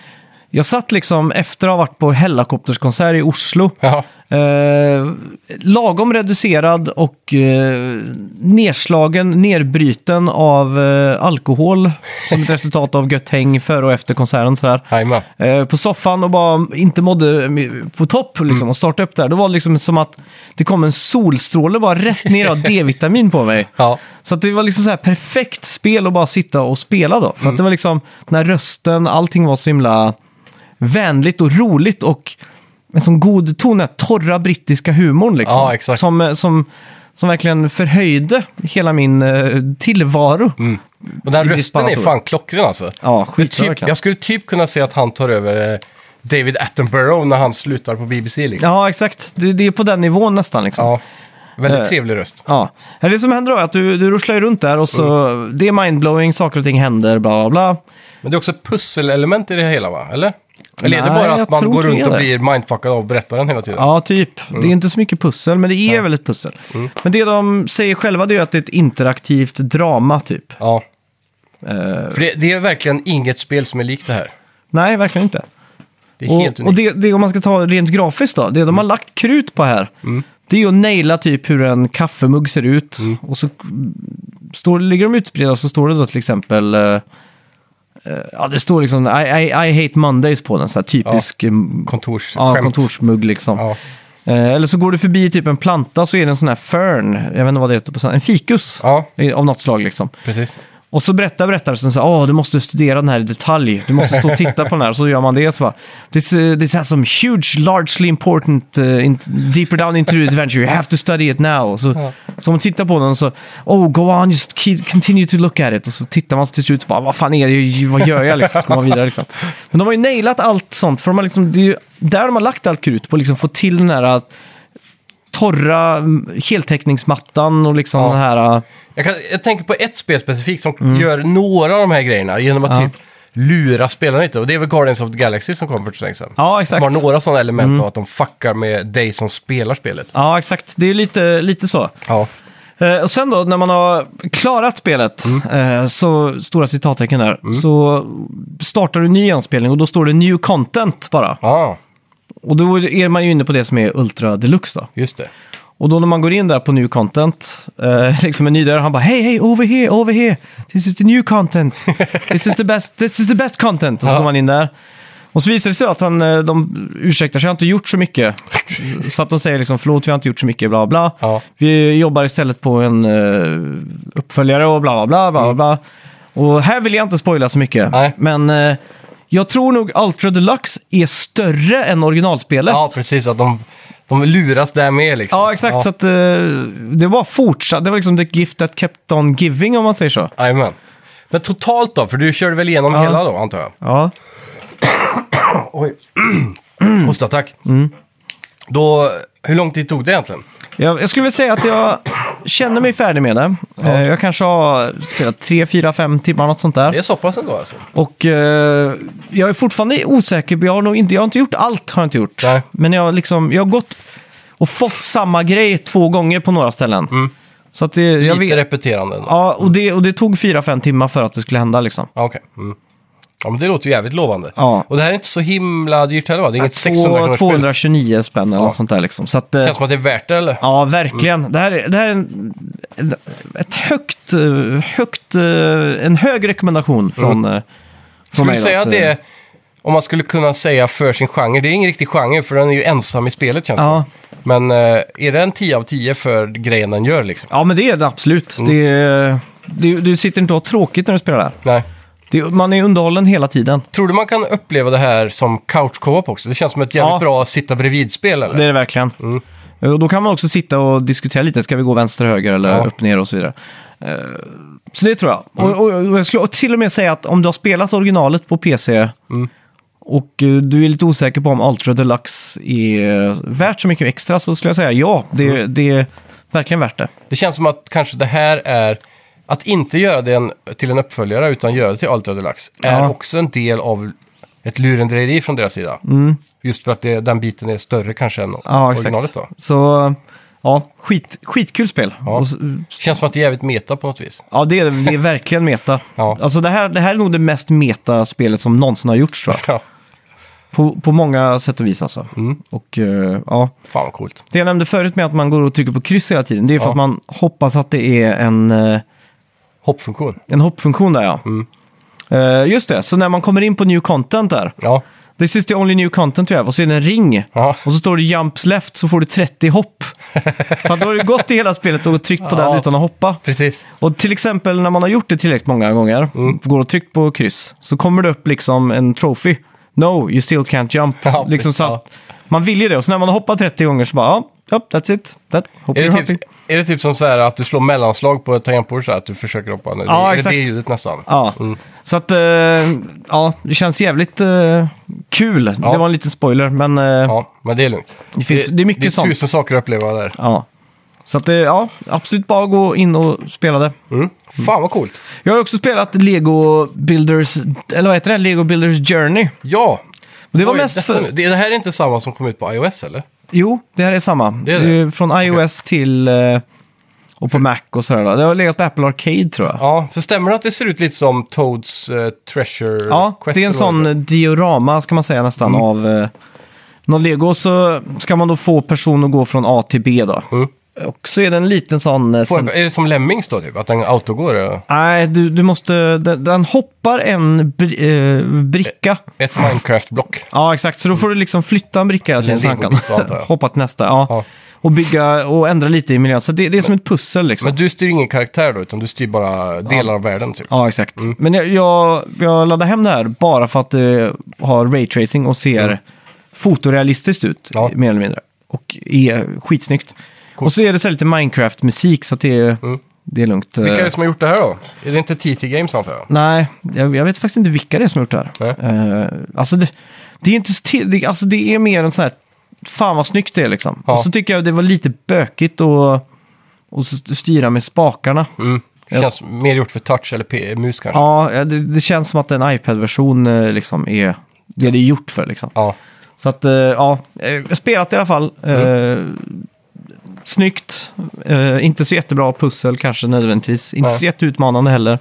Jag satt liksom efter att ha varit på Hellacopters-konsert i Oslo.
Ja.
Eh, lagom reducerad och eh, nerslagen, nerbruten av eh, alkohol som ett resultat av gött häng före och efter konserten. Sådär.
Jajamän.
Eh, på soffan och bara inte mådde eh, på topp
Mm.
liksom, och startade upp där. Då var det liksom som att det kom en solstråle bara rätt ner
[laughs]
av D-vitamin på mig.
Ja.
Så att det var liksom så här perfekt spel att bara sitta och spela då.
Mm.
För att det var liksom den här rösten, allting var så himla vänligt och roligt och en sån god ton, den här torra brittiska humorn liksom.
Ja, exakt.
Som, eh, som, som verkligen förhöjde hela min eh, tillvaro.
Och den här
Riktigt
rösten är
spännande.
fan klockren alltså.
Ja, skitbra
Mm. Typ,
verkligen.
jag skulle typ kunna se att han tar över eh, David Attenborough när han slutar på BBC. Liksom.
Ja, exakt. Det, det är på den nivån nästan liksom.
Ja. Väldigt
Eh.
trevlig röst.
Ja, det som händer då är att du, du ruschlar ju runt där och så
Mm.
det är mindblowing, saker och ting händer, bla bla bla.
Men det är också ett pusselelement i det hela va? Eller? Eller är det
Nej,
bara att
jag
man
tror
går
inte
runt
det.
och blir mindfuckad av berättaren hela tiden?
Ja, typ. Det
Mm.
är inte så mycket pussel, men det är väl ett pussel. Men det de säger själva det är ju att det är ett interaktivt drama typ.
Ja.
Eh,
För det, det är verkligen inget spel som är likt det här.
nej, verkligen inte.
Det är helt
Och, och
unikt. Mm.
det, det om man ska ta rent grafiskt då, det de har lagt krut på här, det är ju att naila typ hur en kaffemugg ser ut. Och så mm, står, ligger de utspridda och så står det då till exempel, eh, eh, ja det står liksom I, I, I hate Mondays på den, så här typisk mm,
Kontorsskämt.
ja, kontorsmugg liksom.
Ja.
Eh, eller så går du förbi typ en planta så är det en sån här fern, jag vet inte vad det heter på svenska, en fikus
Ja.
eh, av något slag liksom.
Precis.
Och så berättar berättelsen så här, åh, du måste studera den här i detalj. Du måste stå och titta på den här. Så gör man det så bara, this, uh, this has some huge, largely important, uh, in, deeper down into the adventure. You have to study it now. Och Så, så man tittar på den och så, oh, go on, just keep, continue to look at it. Och så tittar man till slut och bara, vad fan är det, vad gör jag liksom? Så går man vidare liksom. Men de har ju nailat allt sånt, för de har liksom, det är ju där de har lagt allt krut på, liksom få till den här uh, torra mm, heltäckningsmattan och liksom
Ja.
den här... uh,
Jag, kan, jag tänker på ett spel specifikt som gör några av de här grejerna genom att
Mm. Ja.
typ lura spelarna lite. Och det är väl Guardians of the Galaxy som kom för så länge sedan.
Ja, exakt. Mm.
De har några sådana element av att de fuckar med dig som spelar spelet.
Ja, exakt. Det är lite, lite så.
Ja,
Eh, och sen då, när man har klarat spelet, eh, så, stora citattecken där, så startar du en ny anspelning och då står det new content bara.
ja
Och då är man ju inne på det som är Ultra Deluxe då.
just det.
Och då när man går in där på new content, eh, [laughs] liksom en ny där, han bara hej, hej, over here, over here, this is the new content, this is the best, this is the best content. Och så
Ja.
går man in där. Och så visar det sig att han, eh, de ursäktar sig, jag har inte gjort så
[laughs]
mycket. Så att de säger liksom, förlåt vi har inte gjort så mycket, bla bla.
Ja.
Vi jobbar istället på en eh, uppföljare och bla bla bla bla bla. Och här vill jag inte spoila så mycket.
Mm. Nej.
Men eh, jag tror nog Ultra Deluxe är större än originalspelet.
Ja, precis. Att de, de luras där med liksom.
Ja, exakt. Så att, eh, det var fortsatt. Det var liksom the gift that kept on giving, om man säger så.
Jajamän. Men totalt då? För du körde väl igenom
Ja.
hela då, antar jag?
Ja, [clears throat]
Hostattack.
Mm.
Då, hur lång tid tog det egentligen?
jag, jag skulle vilja säga att jag känner mig färdig med det. Eh, jag kanske har spelat 3, 4, 5 timmar, något sånt
Det
där.
är så pass ändå alltså?
Och eh, jag är fortfarande osäker, men jag har nog inte, jag har inte gjort allt. Har jag inte gjort.
Nej.
Men jag, har liksom, jag har gått och fått samma grej två gånger på några ställen. Så att det, jag
Mm. Lite
vet,
repeterande ändå.
ja, och, det, och det tog 4-5 timmar för att det skulle hända. Liksom.
Ja, Okej. Mm. Ja, men det låter ju jävligt lovande.
Ja.
Och det här är inte så himla dyrt heller va? Det är inget 600
Två-
kronors spel.
229 spänn eller något sånt där. Liksom. Så att, eh,
Det känns som att det är värt det eller?
Ja, verkligen. Det här, är- det här är en, en- ett högt, eh, högt, eh, en hög rekommendation från, mm. från
skulle
mig.
du
då,
säga
att,
att det
eh,
är, om man skulle kunna säga för sin genre, det är ingen riktig genre för den är ju ensam i spelet känns
Ja.
det Men eh, är det en 10 av 10 för grejen den gör liksom?
Ja, men det är det absolut.
Mm.
Det, är- du, du sitter inte och har tråkigt när du spelar där.
Nej.
Det, är- man är underhållen hela tiden.
Tror du man kan uppleva det här som couch co-op också? Det känns som ett jävligt
Ja.
bra sitta bredvid-spel eller?
Det är det verkligen.
Mm.
Och då kan man också sitta och diskutera lite. Ska vi gå vänster, höger eller
Ja. Mm.
upp, ner och så vidare. Eh, Så det tror jag. Och, och, och jag skulle till och med säga att om du har spelat originalet på PC
Mm.
och eh, du är lite osäker på om Ultra Deluxe är eh, värt så mycket extra så skulle jag säga ja, det,
Mm.
det är verkligen värt det.
Det känns som att kanske det här är... Att inte göra den till en uppföljare utan göra det till Ultra Deluxe är
Ja.
också en del av ett lurendrejeri från deras sida. Just för att det, den biten är större kanske än
Mm. Ja, exakt.
originalet då.
Så ja, skit, skitkul spel.
Ja.
Och s-
Känns som att det är jävligt meta på något vis. [laughs]
ja, det är, det är verkligen meta.
Ja.
Alltså det här, det här är nog det mest meta spelet som någonsin har gjorts tror jag.
Ja.
På, på många sätt och vis alltså.
Mm.
Och eh, ja,
Fan vad coolt.
det jag nämnde förut med att man går och trycker på kryss hela tiden, det är för
Ja.
att man hoppas att det är en, eh,
Hoppfunktion.
en hoppfunktion där ja.
Mm.
Eh, just det, så när man kommer in på new content där,
Ja.
this is the only new content vi have, och så är det en ring.
Ja.
Och så står det jumps left så får du 30
[laughs]
hopp. för att då har du gått i hela spelet och tryckt på
Ja.
den utan att hoppa.
Precis.
Och till exempel när man har gjort det tillräckligt många gånger,
Mm.
går och tryckt på kryss, så kommer det upp liksom en trophy. No, you still can't jump.
Ja,
liksom så
ja.
att man vill ju det. Och så när man har hoppat 30 gånger så bara, ja, ja, that's it. That, hope
Är
you're
det,
happy.
typ, är det typ som så här att du slår mellanslag på ett tangentbord så här att du försöker hoppa? ner?
Ja,
är
exakt.
det det ljudet nästan?
Ja, så att eh, ja, det känns jävligt eh, kul.
Ja.
Det var en liten spoiler, men eh, ja.
Ja, men det är lugnt.
Det finns- det är mycket
Det är
sånt.
tusen saker att uppleva där.
Så att eh, ja, absolut bara gå in och spela det.
Mm. Fan vad coolt.
Jag har också spelat Lego Builders, eller vad heter det? Lego Builders Journey.
Ja!
Och Det var
Vad är
mest
detta
för...
nu? Det det här är inte samma som kom ut på iOS eller?
Jo, det här är samma.
Det är det.
Eh, Från iOS till... eh, Och på Mac och sådär. va? Det har legat på Apple Arcade tror jag.
Ja, för stämmer det att det ser ut lite som Toads eh, Treasure
Ja,
Quest? Mm.
det är en
eller
sån
vad det
eh, diorama ska man säga nästan av eh, någon Lego. Så ska man då få personen att gå från A till B då.
Mm.
Och så är det en liten sån... eh,
heter?
sen-
Får- Är det som Lemmings då typ? Att den autogår? eh,
Nej, du, du måste... Den, den hoppar en bri, eh, bricka.
Ett Minecraft-block?
Ja, exakt. Så då får du liksom flytta en bricka hela
Eller en
tiden. så han kan
legobit då, antar jag.
[laughs] Hoppa till nästa, ja.
Ja.
Och bygga och ändra lite i miljön. Så det, det är som ett pussel liksom.
Men du styr ingen karaktär då, utan du styr bara delar av världen typ?
Ja, exakt. Men jag, jag, jag laddade hem det här bara för att det har raytracing och ser fotorealistiskt ut,
Mm. Ja.
mer eller mindre. Och är skitsnyggt. Och så är det så här lite Minecraft-musik, så att det är, det är lugnt.
Mm.
Eh,
Vilka är det som har gjort det här då? Är det inte TT Games antar jag?
Nej, jag, jag vet faktiskt inte vilka det är som har gjort det
Nej.
här. Uh, alltså, det, det är inte så till, det, alltså det är mer en sån här, fan vad snyggt det är liksom.
Ja.
Och så tycker jag det var lite bökigt att och styra med spakarna.
Mm. Det känns mer gjort för touch eller P- mus kanske?
Ja, ja, det, det känns som att en iPad-version eh, liksom är det det är gjort för. Liksom.
Ja.
Så att, eh, ja, eh, spelat i alla fall. Mm. Snyggt, eh, inte så jättebra pussel kanske nödvändigtvis. Inte
Nej.
så jätteutmanande heller.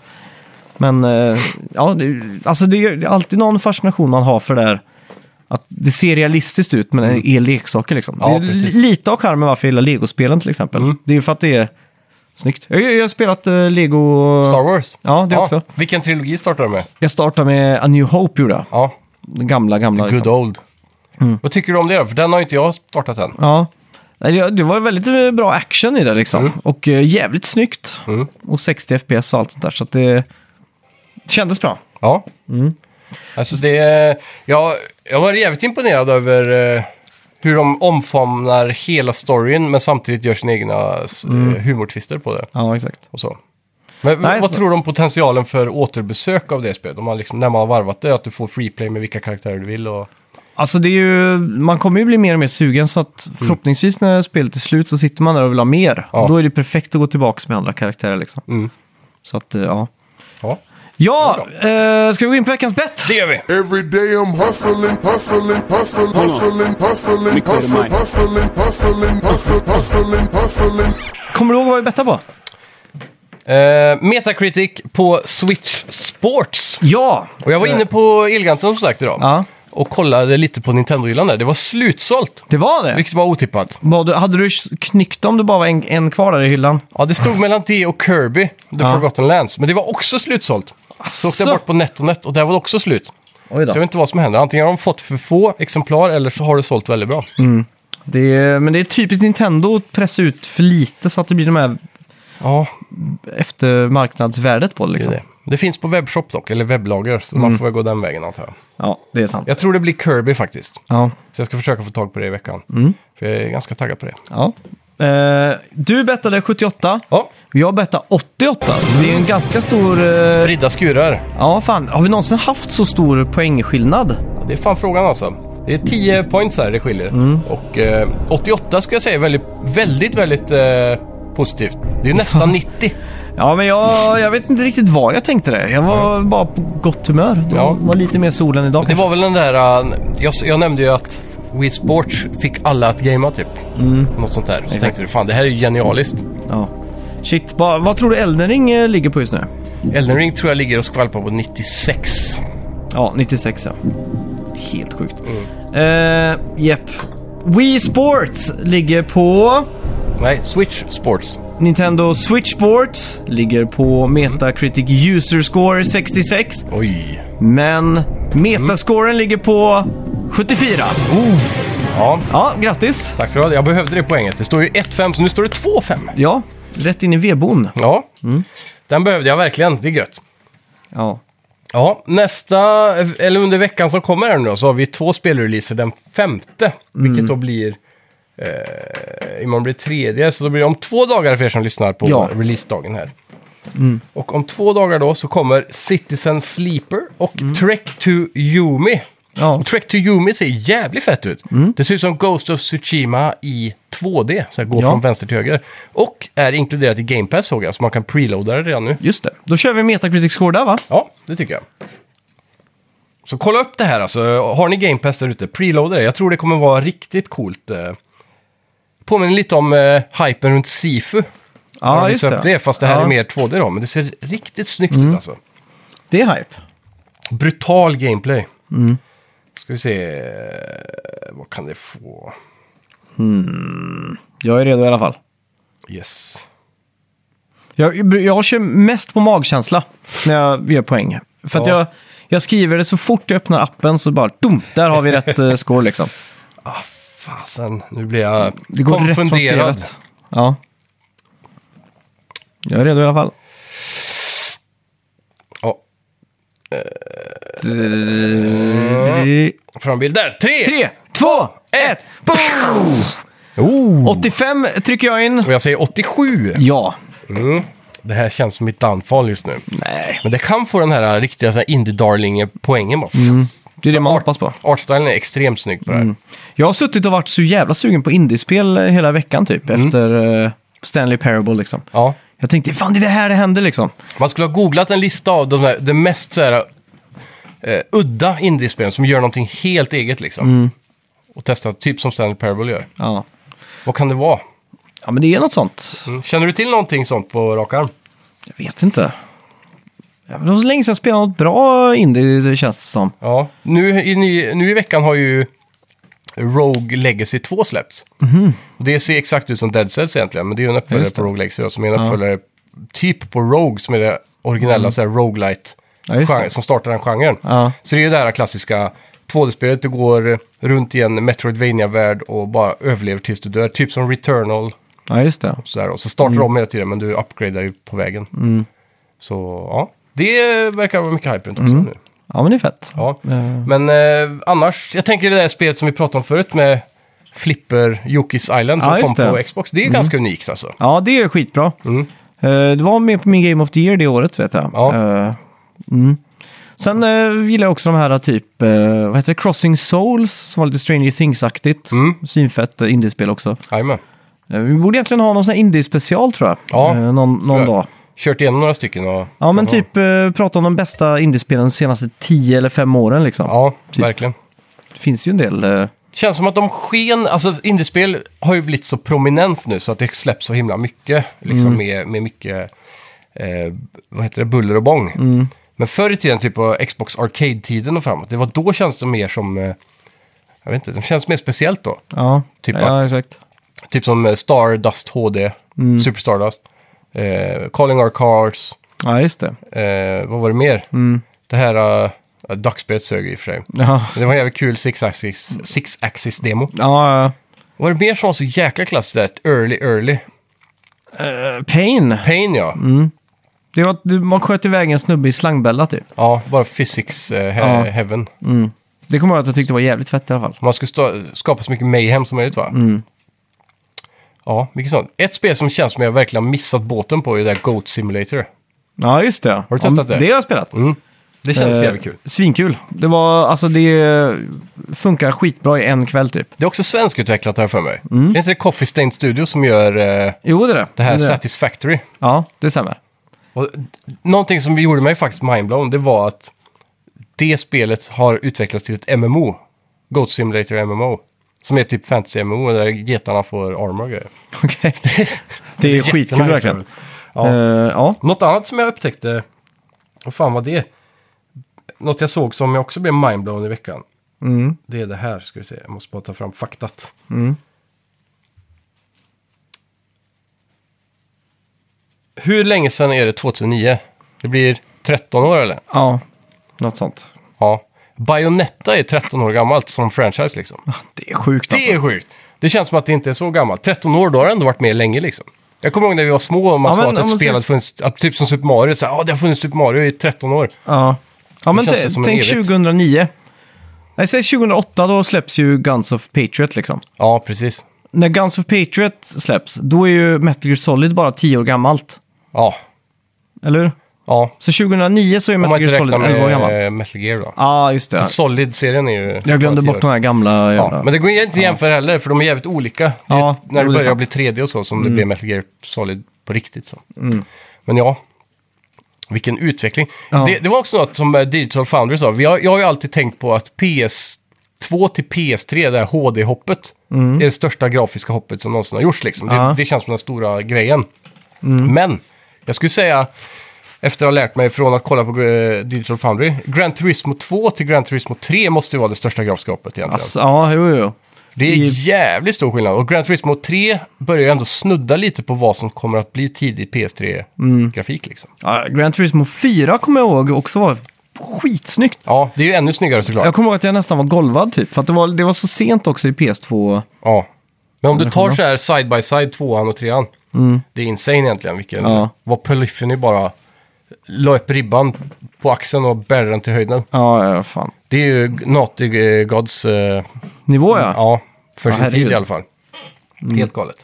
Men eh, ja, det, alltså det är det är alltid någon fascination man har för det här. Att det ser realistiskt ut men det är leksaker liksom.
Mm. Ja,
det är li-
precis. Mm.
lite av charmen varför jag gillar legospelen till exempel. Det är ju för att det är snyggt. Jag, jag har spelat eh, lego...
Star Wars?
Ja, det också.
Vilken trilogi startar du med?
Jag startar med A New Hope gjorde jag.
Ja,
Den gamla, gamla. liksom.
Good Old.
Mm.
Vad tycker du om det då? För den har inte jag startat än.
Ja. Nej, det- Det var väldigt eh, bra action i det liksom.
Mm.
Och eh, jävligt snyggt. Och 60 FPS och allt sånt där. Så att det det kändes bra.
Ja.
Mm.
Alltså det... Jag, jag var jävligt imponerad över eh, hur de omfamnar hela storyn men samtidigt gör sina egna mm. humortwister på det.
Ja, exakt.
Och så. Men
Nej,
vad
så-
tror du om potentialen för återbesök av det spelet? Om man liksom, när man har varvat det, att du får free play med vilka karaktärer du vill och...
Alltså det är ju, man kommer ju bli mer och mer sugen så att förhoppningsvis när spelet är slut så sitter man där och vill ha mer.
Mm. Ja.
Då är det perfekt att gå tillbaka med andra karaktärer liksom.
Mm.
Så att, eh, ja.
Ja,
Ja, eh, ska vi gå in på veckans bett?
det gör vi!
Every day I'm hustling, hustling, hustling, hustling, hustling,
Let me clear the
hustling,
mic.
hustling, hustling, hustling, hustling, hustling.
Kommer du ihåg vad vi bettade på?
Eh, Metacritic på Switch Sports.
Ja!
Och jag var inne på Elganten som sagt idag.
Ja.
Och kollade lite på Nintendo-hyllan där. Det var slutsålt.
Det var det.
Vilket var otippat.
Vad du- Hade du knyckt om det bara var en, en kvar där i hyllan?
Ja, det stod mellan det och Kirby, The Forgotten Lands. Men det var också slutsålt. Så åkte jag
Asså?
bort på NetOnNet och där var det också slut.
Oj
Så jag vet inte vad som händer. Antingen har de fått för få exemplar eller så har det sålt väldigt bra.
Det är, men det är typiskt Nintendo att pressa ut för lite så att det blir de här
Ja,
eftermarknadsvärdet på det,
det är
liksom.
det. Det finns på webbshop dock, eller webblager. Så man får väl gå den vägen antar jag.
Ja, det är sant.
Jag tror det blir Kirby faktiskt.
Ja.
Så jag ska försöka få tag på det i veckan. För jag är ganska taggad på det.
ja. Eh, du bettade 78.
Ja,
Jag bettade 88. Så det är en ganska stor... eh,
spridda skurar.
ja, fan. Har vi någonsin haft så stor poängskillnad?
Det är fan frågan alltså. Det är 10 points här det skiljer. Och eh, 88 skulle jag säga är väldigt, väldigt, väldigt eh, positivt. Det är ju nästan 90.
Ja, men jag, jag vet inte riktigt vad jag tänkte det. Jag var bara på gott humör. Det
Ja.
var lite mer solen idag.
Det
kanske.
var väl den där... eh, jag, jag nämnde ju att Wii Sports fick alla att gamea typ. Något sånt där. Så tänkte du fan det här är ju genialiskt.
Ja. Shit, vad, vad tror du Elden Ring eh, ligger på just nu?
Elden Ring tror jag ligger och skvalpar på 96.
Ja, 96 ja. Helt sjukt.
Mm.
Eh, Jepp. Wii Sports ligger på...
Nej, Switch Sports.
Nintendo Switch Sports ligger på Metacritic User Score 66.
Oj.
Men metascoren ligger på 74.
Ja,
Ja, grattis!
tack ska du ha. Jag behövde det poänget. Det står ju 1-5, så nu står det 2-5.
Ja, rätt in i vedboden.
Ja, den behövde jag verkligen. Det är gött.
Ja.
Ja, nästa, eller under veckan som kommer här nu då, så har vi två spelreleaser den femte.
Mm.
Vilket då blir, eh, imorgon blir det tredje, så då blir det om två dagar för er som lyssnar på
Ja. Mm.
releasedagen här. Och om två dagar då så kommer Citizen Sleeper och Trek to Yumi.
Mm. Ja. Mm.
Och Trek to Yumi ser jävligt fett ut. Det ser ut som Ghost of Tsushima i 2D, så här går
Ja.
från vänster till höger. Och är inkluderat i Game Pass såg jag, så man kan preloada det redan nu.
Just det. Då kör vi Metacritic Score där va?
Ja, det tycker jag. Så kolla upp det här alltså. Har ni Game Pass där ute, preloada det. Jag tror det kommer vara riktigt coolt. eh. Påminner lite om eh, hypen runt Sifu. Har
Ja,
de
just
visat
det.
upp det. Fast det här
ja. Mm.
är mer 2D då, men det ser riktigt snyggt ut alltså.
Det är hype.
Brutal gameplay.
Mm.
Ska vi se, eh, vad kan det få?
Jag är redo i alla fall.
Yes.
Jag, jag kör mest på magkänsla när jag gör poäng. För att
Ja.
jag, jag skriver det så fort jag öppnar appen så bara dum, där har vi rätt eh, score liksom.
Ah, fasen. Nu blir jag
Det går rätt från
konfunderad.
spelet. Ja. Jag är redo i alla fall.
Ja,
Tre,
frambild där. Tre!
Tre, två, ett!
Oh.
85 trycker jag in.
Och jag säger 87.
Ja.
Mm. Det här känns som mitt downfall just nu.
Nej.
Men det kan få den här riktiga så här indie-darling-poängen bara.
Det är det man hoppas på.
Artstylen är extremt snygg på det här.
Jag har suttit och varit så jävla sugen på indiespel eh, hela veckan typ. Efter eh, Stanley Parable liksom.
Mm. Ja.
Jag tänkte, fan det är det här det händer liksom.
Man skulle ha googlat en lista av de, där, de mest så här, eh, udda indiespelen som gör någonting helt eget liksom. Och testat, typ som Stanley Parable gör.
Ja.
Vad kan det vara?
ja, men det är något sånt.
Mm. Känner du till någonting sånt på rak arm?
Jag vet inte. Ja, men Det var så länge sedan jag spelade något bra indie, det känns det som.
Ja. Nu i, ny, nu i veckan har ju Rogue Legacy 2 släppts. Och det ser exakt ut som Dead Cells egentligen, men det är ju en
Mhm.
uppföljare
Just det.
på Rogue Legacy då, som är en uppföljare typ på Rogue, som är det originella så här roguelite
Mm. Ja, just det.
genre, som startar den genren.
Ja.
Så det är ju det här klassiska 2D-spelet, du går runt i en Metroidvania-värld och bara överlever tills du dör, typ som Returnal.
Ja, just det.
Så, där, och så
Mm.
startar du om hela tiden, men du upgradar ju på vägen. Så ja, det verkar vara mycket hype runt
Mm.
också nu.
Ja, men det är fett.
Ja.
Eh.
Men eh, annars, jag tänker det där spelet som vi pratade om förut med Flipper Yokis Island som
Ja,
kom
just
på
det. Mm.
Xbox. Det är ganska unikt alltså.
Ja, det är skitbra.
Mm.
Eh, Det var med på min Game of the Year det året, vet jag.
Ja.
Eh, Mm. Sen eh, gillar jag också de här typ, eh, vad heter det, Crossing Souls, som var lite Stranger Things-aktigt.
Mm.
Svinfett eh, indiespel också.
Jajamän.
Eh, Vi borde egentligen ha någon sån här indie-special tror jag.
Ja,
Eh, någon någon
jag.
dag.
Kört igenom några stycken och...
Ja, men typ eh, prata om de bästa indiespelen de senaste 10 eller 5 åren liksom.
Ja,
typ.
verkligen.
Det finns ju en del. eh,
Känns som att de sken, alltså indiespel har ju blivit så prominent nu så att det släpps så himla mycket. Liksom
Mm.
med, med mycket, eh, vad heter det, buller och bång.
Mm.
Men förr i tiden, typ på Xbox Arcade-tiden och framåt, det var då känns det mer som, eh, jag vet inte, det känns mer speciellt då.
Ja,
Typ
ja exakt.
Typ som eh, Stardust HD,
Mm.
Super Stardust, eh, Calling Our Cars,
Ja, just det.
eh, vad var det mer? Det här, uh, Duckspelet sög i och för sig.
Mm. Ja,
Men Det var en jävligt kul six-axis six axis demo.
ja ja.
Var det mer som var så jäkla klassiskt där? Ett Early, early.
Eh, Pain.
Pain ja.
Mm. Det var, att du- man sköt iväg en snubbe i slangbälla typ.
Ja, bara physics eh, he
Ja.
heaven.
Det kommer jag ihåg att jag tyckte var jävligt fett i alla fall.
Man skulle sta- skapa så mycket mayhem som möjligt va?
Mm.
Ja, mycket sånt. Ett spel som känns som jag verkligen har missat båten på är det där Goat Simulator.
Ja, just det. Har
du testat det?
Det har jag spelat.
Mm. Det känns
Eh,
jävligt kul.
Svinkul. Det var, alltså det funkar skitbra i en kväll typ.
Det är också svenskutvecklat här för mig.
Mm.
Det är inte det Coffee Stain Studio som gör eh,
Jo, det är det.
det här
är
Satisfactory?
Ja, det stämmer. [laughs]
Och, d- någonting som gjorde mig faktiskt mindblown, det var att det spelet har utvecklats till ett MMO. Goat Simulator MMO. Som är typ fantasy-MMO där getarna får armor och grejer.
Okej. Det är skitkul
Jättemärkligt.
verkligen.
Ja.
Eh, ja.
Något annat som jag upptäckte, vad fan var det? Något jag såg som jag också blev mindblown i veckan. Det är det här, ska vi se. Jag måste bara ta fram faktat. Hur länge sedan är det 2009? Det blir 13 år eller?
Ja, något sånt.
Ja. Bayonetta är 13 år gammalt som franchise liksom.
Det är sjukt
Det
alltså.
är sjukt! Det känns som att det inte är så gammalt. 13 år, då har det ändå varit med länge liksom. Jag kommer ihåg när vi var små och man
Ja,
sa
men
att ett
om man
spel
ser-
hade funnits, att typ som Super Mario, så här, "Ja, det har funnits Super Mario i 13 år.
Ja, ja men
känns
t-
det som en
tänk
evigt.
2009. Nej, säg 2008, då släpps ju Guns of Patriot liksom.
Ja, precis.
När Guns of Patriot släpps, då är ju Metal Gear Solid bara 10 år gammalt.
Ja,
Eller hur?
ja.
Så 2009 så är
Om man
Metal Gear
inte
Solid
räknar
11 år gammalt.
med
Ja,
eh, Metal Gear då.
just det.
Solid-serien är ju...
Jag glömde bort de här gamla
Ja,
jävla...
men det går ju inte att jämföra heller, för de är jävligt olika. Mm. Det är
Ja, jo,
när det
det är
börjar
sant.
bli 3D och så, som det blir Metal Gear Solid på riktigt. Så. Men ja, vilken utveckling.
Ja.
Det, det var också något som eh, Digital Foundry sa. Vi har, jag har ju alltid tänkt på att PS2 till PS3, det här HD-hoppet, är det största grafiska hoppet som någonsin har gjorts. Liksom. Det,
Ja.
det känns som den stora grejen. Men, jag skulle säga, efter att ha lärt mig från att kolla på eh, Digital Foundry, Gran Turismo 2 till Gran Turismo 3 måste ju vara det största grafiska hoppet egentligen.
Alltså, ja, jo, jo.
Det är
I-
jävligt stor skillnad. Och Gran Turismo 3 börjar ju ändå snudda lite på vad som kommer att bli tidig
Mm.
PS3-grafik. Liksom.
Ja, Gran Turismo 4 kommer jag ihåg också var skitsnyggt.
Ja, det är ju ännu snyggare såklart.
Jag kommer ihåg att jag nästan var golvad typ, för att det var, det var så sent också i PS2.
Ja. Men om du tar så här side by side, tvåan och trean. Det är insane egentligen vilken...
Mm. Ja.
Vad Polyphony bara la upp ribban på axeln och bärde den till höjden.
Ja, ja, fan.
Det är ju Naughty eh, Gods... eh,
Nivå ja.
ja, för
Ja,
sin tid
herregud. Mm.
i alla fall. Helt galet.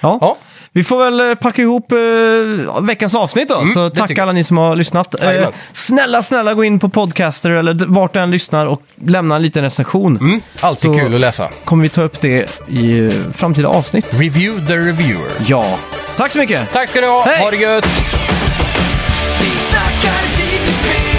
Ja.
Ja.
Vi får väl eh, packa ihop eh, veckans avsnitt då, så
Mm, det
tack
tycker
alla ni som har lyssnat. Eh,
Jajamän.
snälla, snälla gå in på Podcaster eller d- vart du än lyssnar och lämna en liten recension.
Mm, alltid
Så-
kul att läsa.
Kommer vi ta upp det i eh, framtida avsnitt?
Review the reviewer.
Ja. Tack så mycket!
Tack ska ni ha.
Hej!
Ha det gött!
Vi snackar videospel,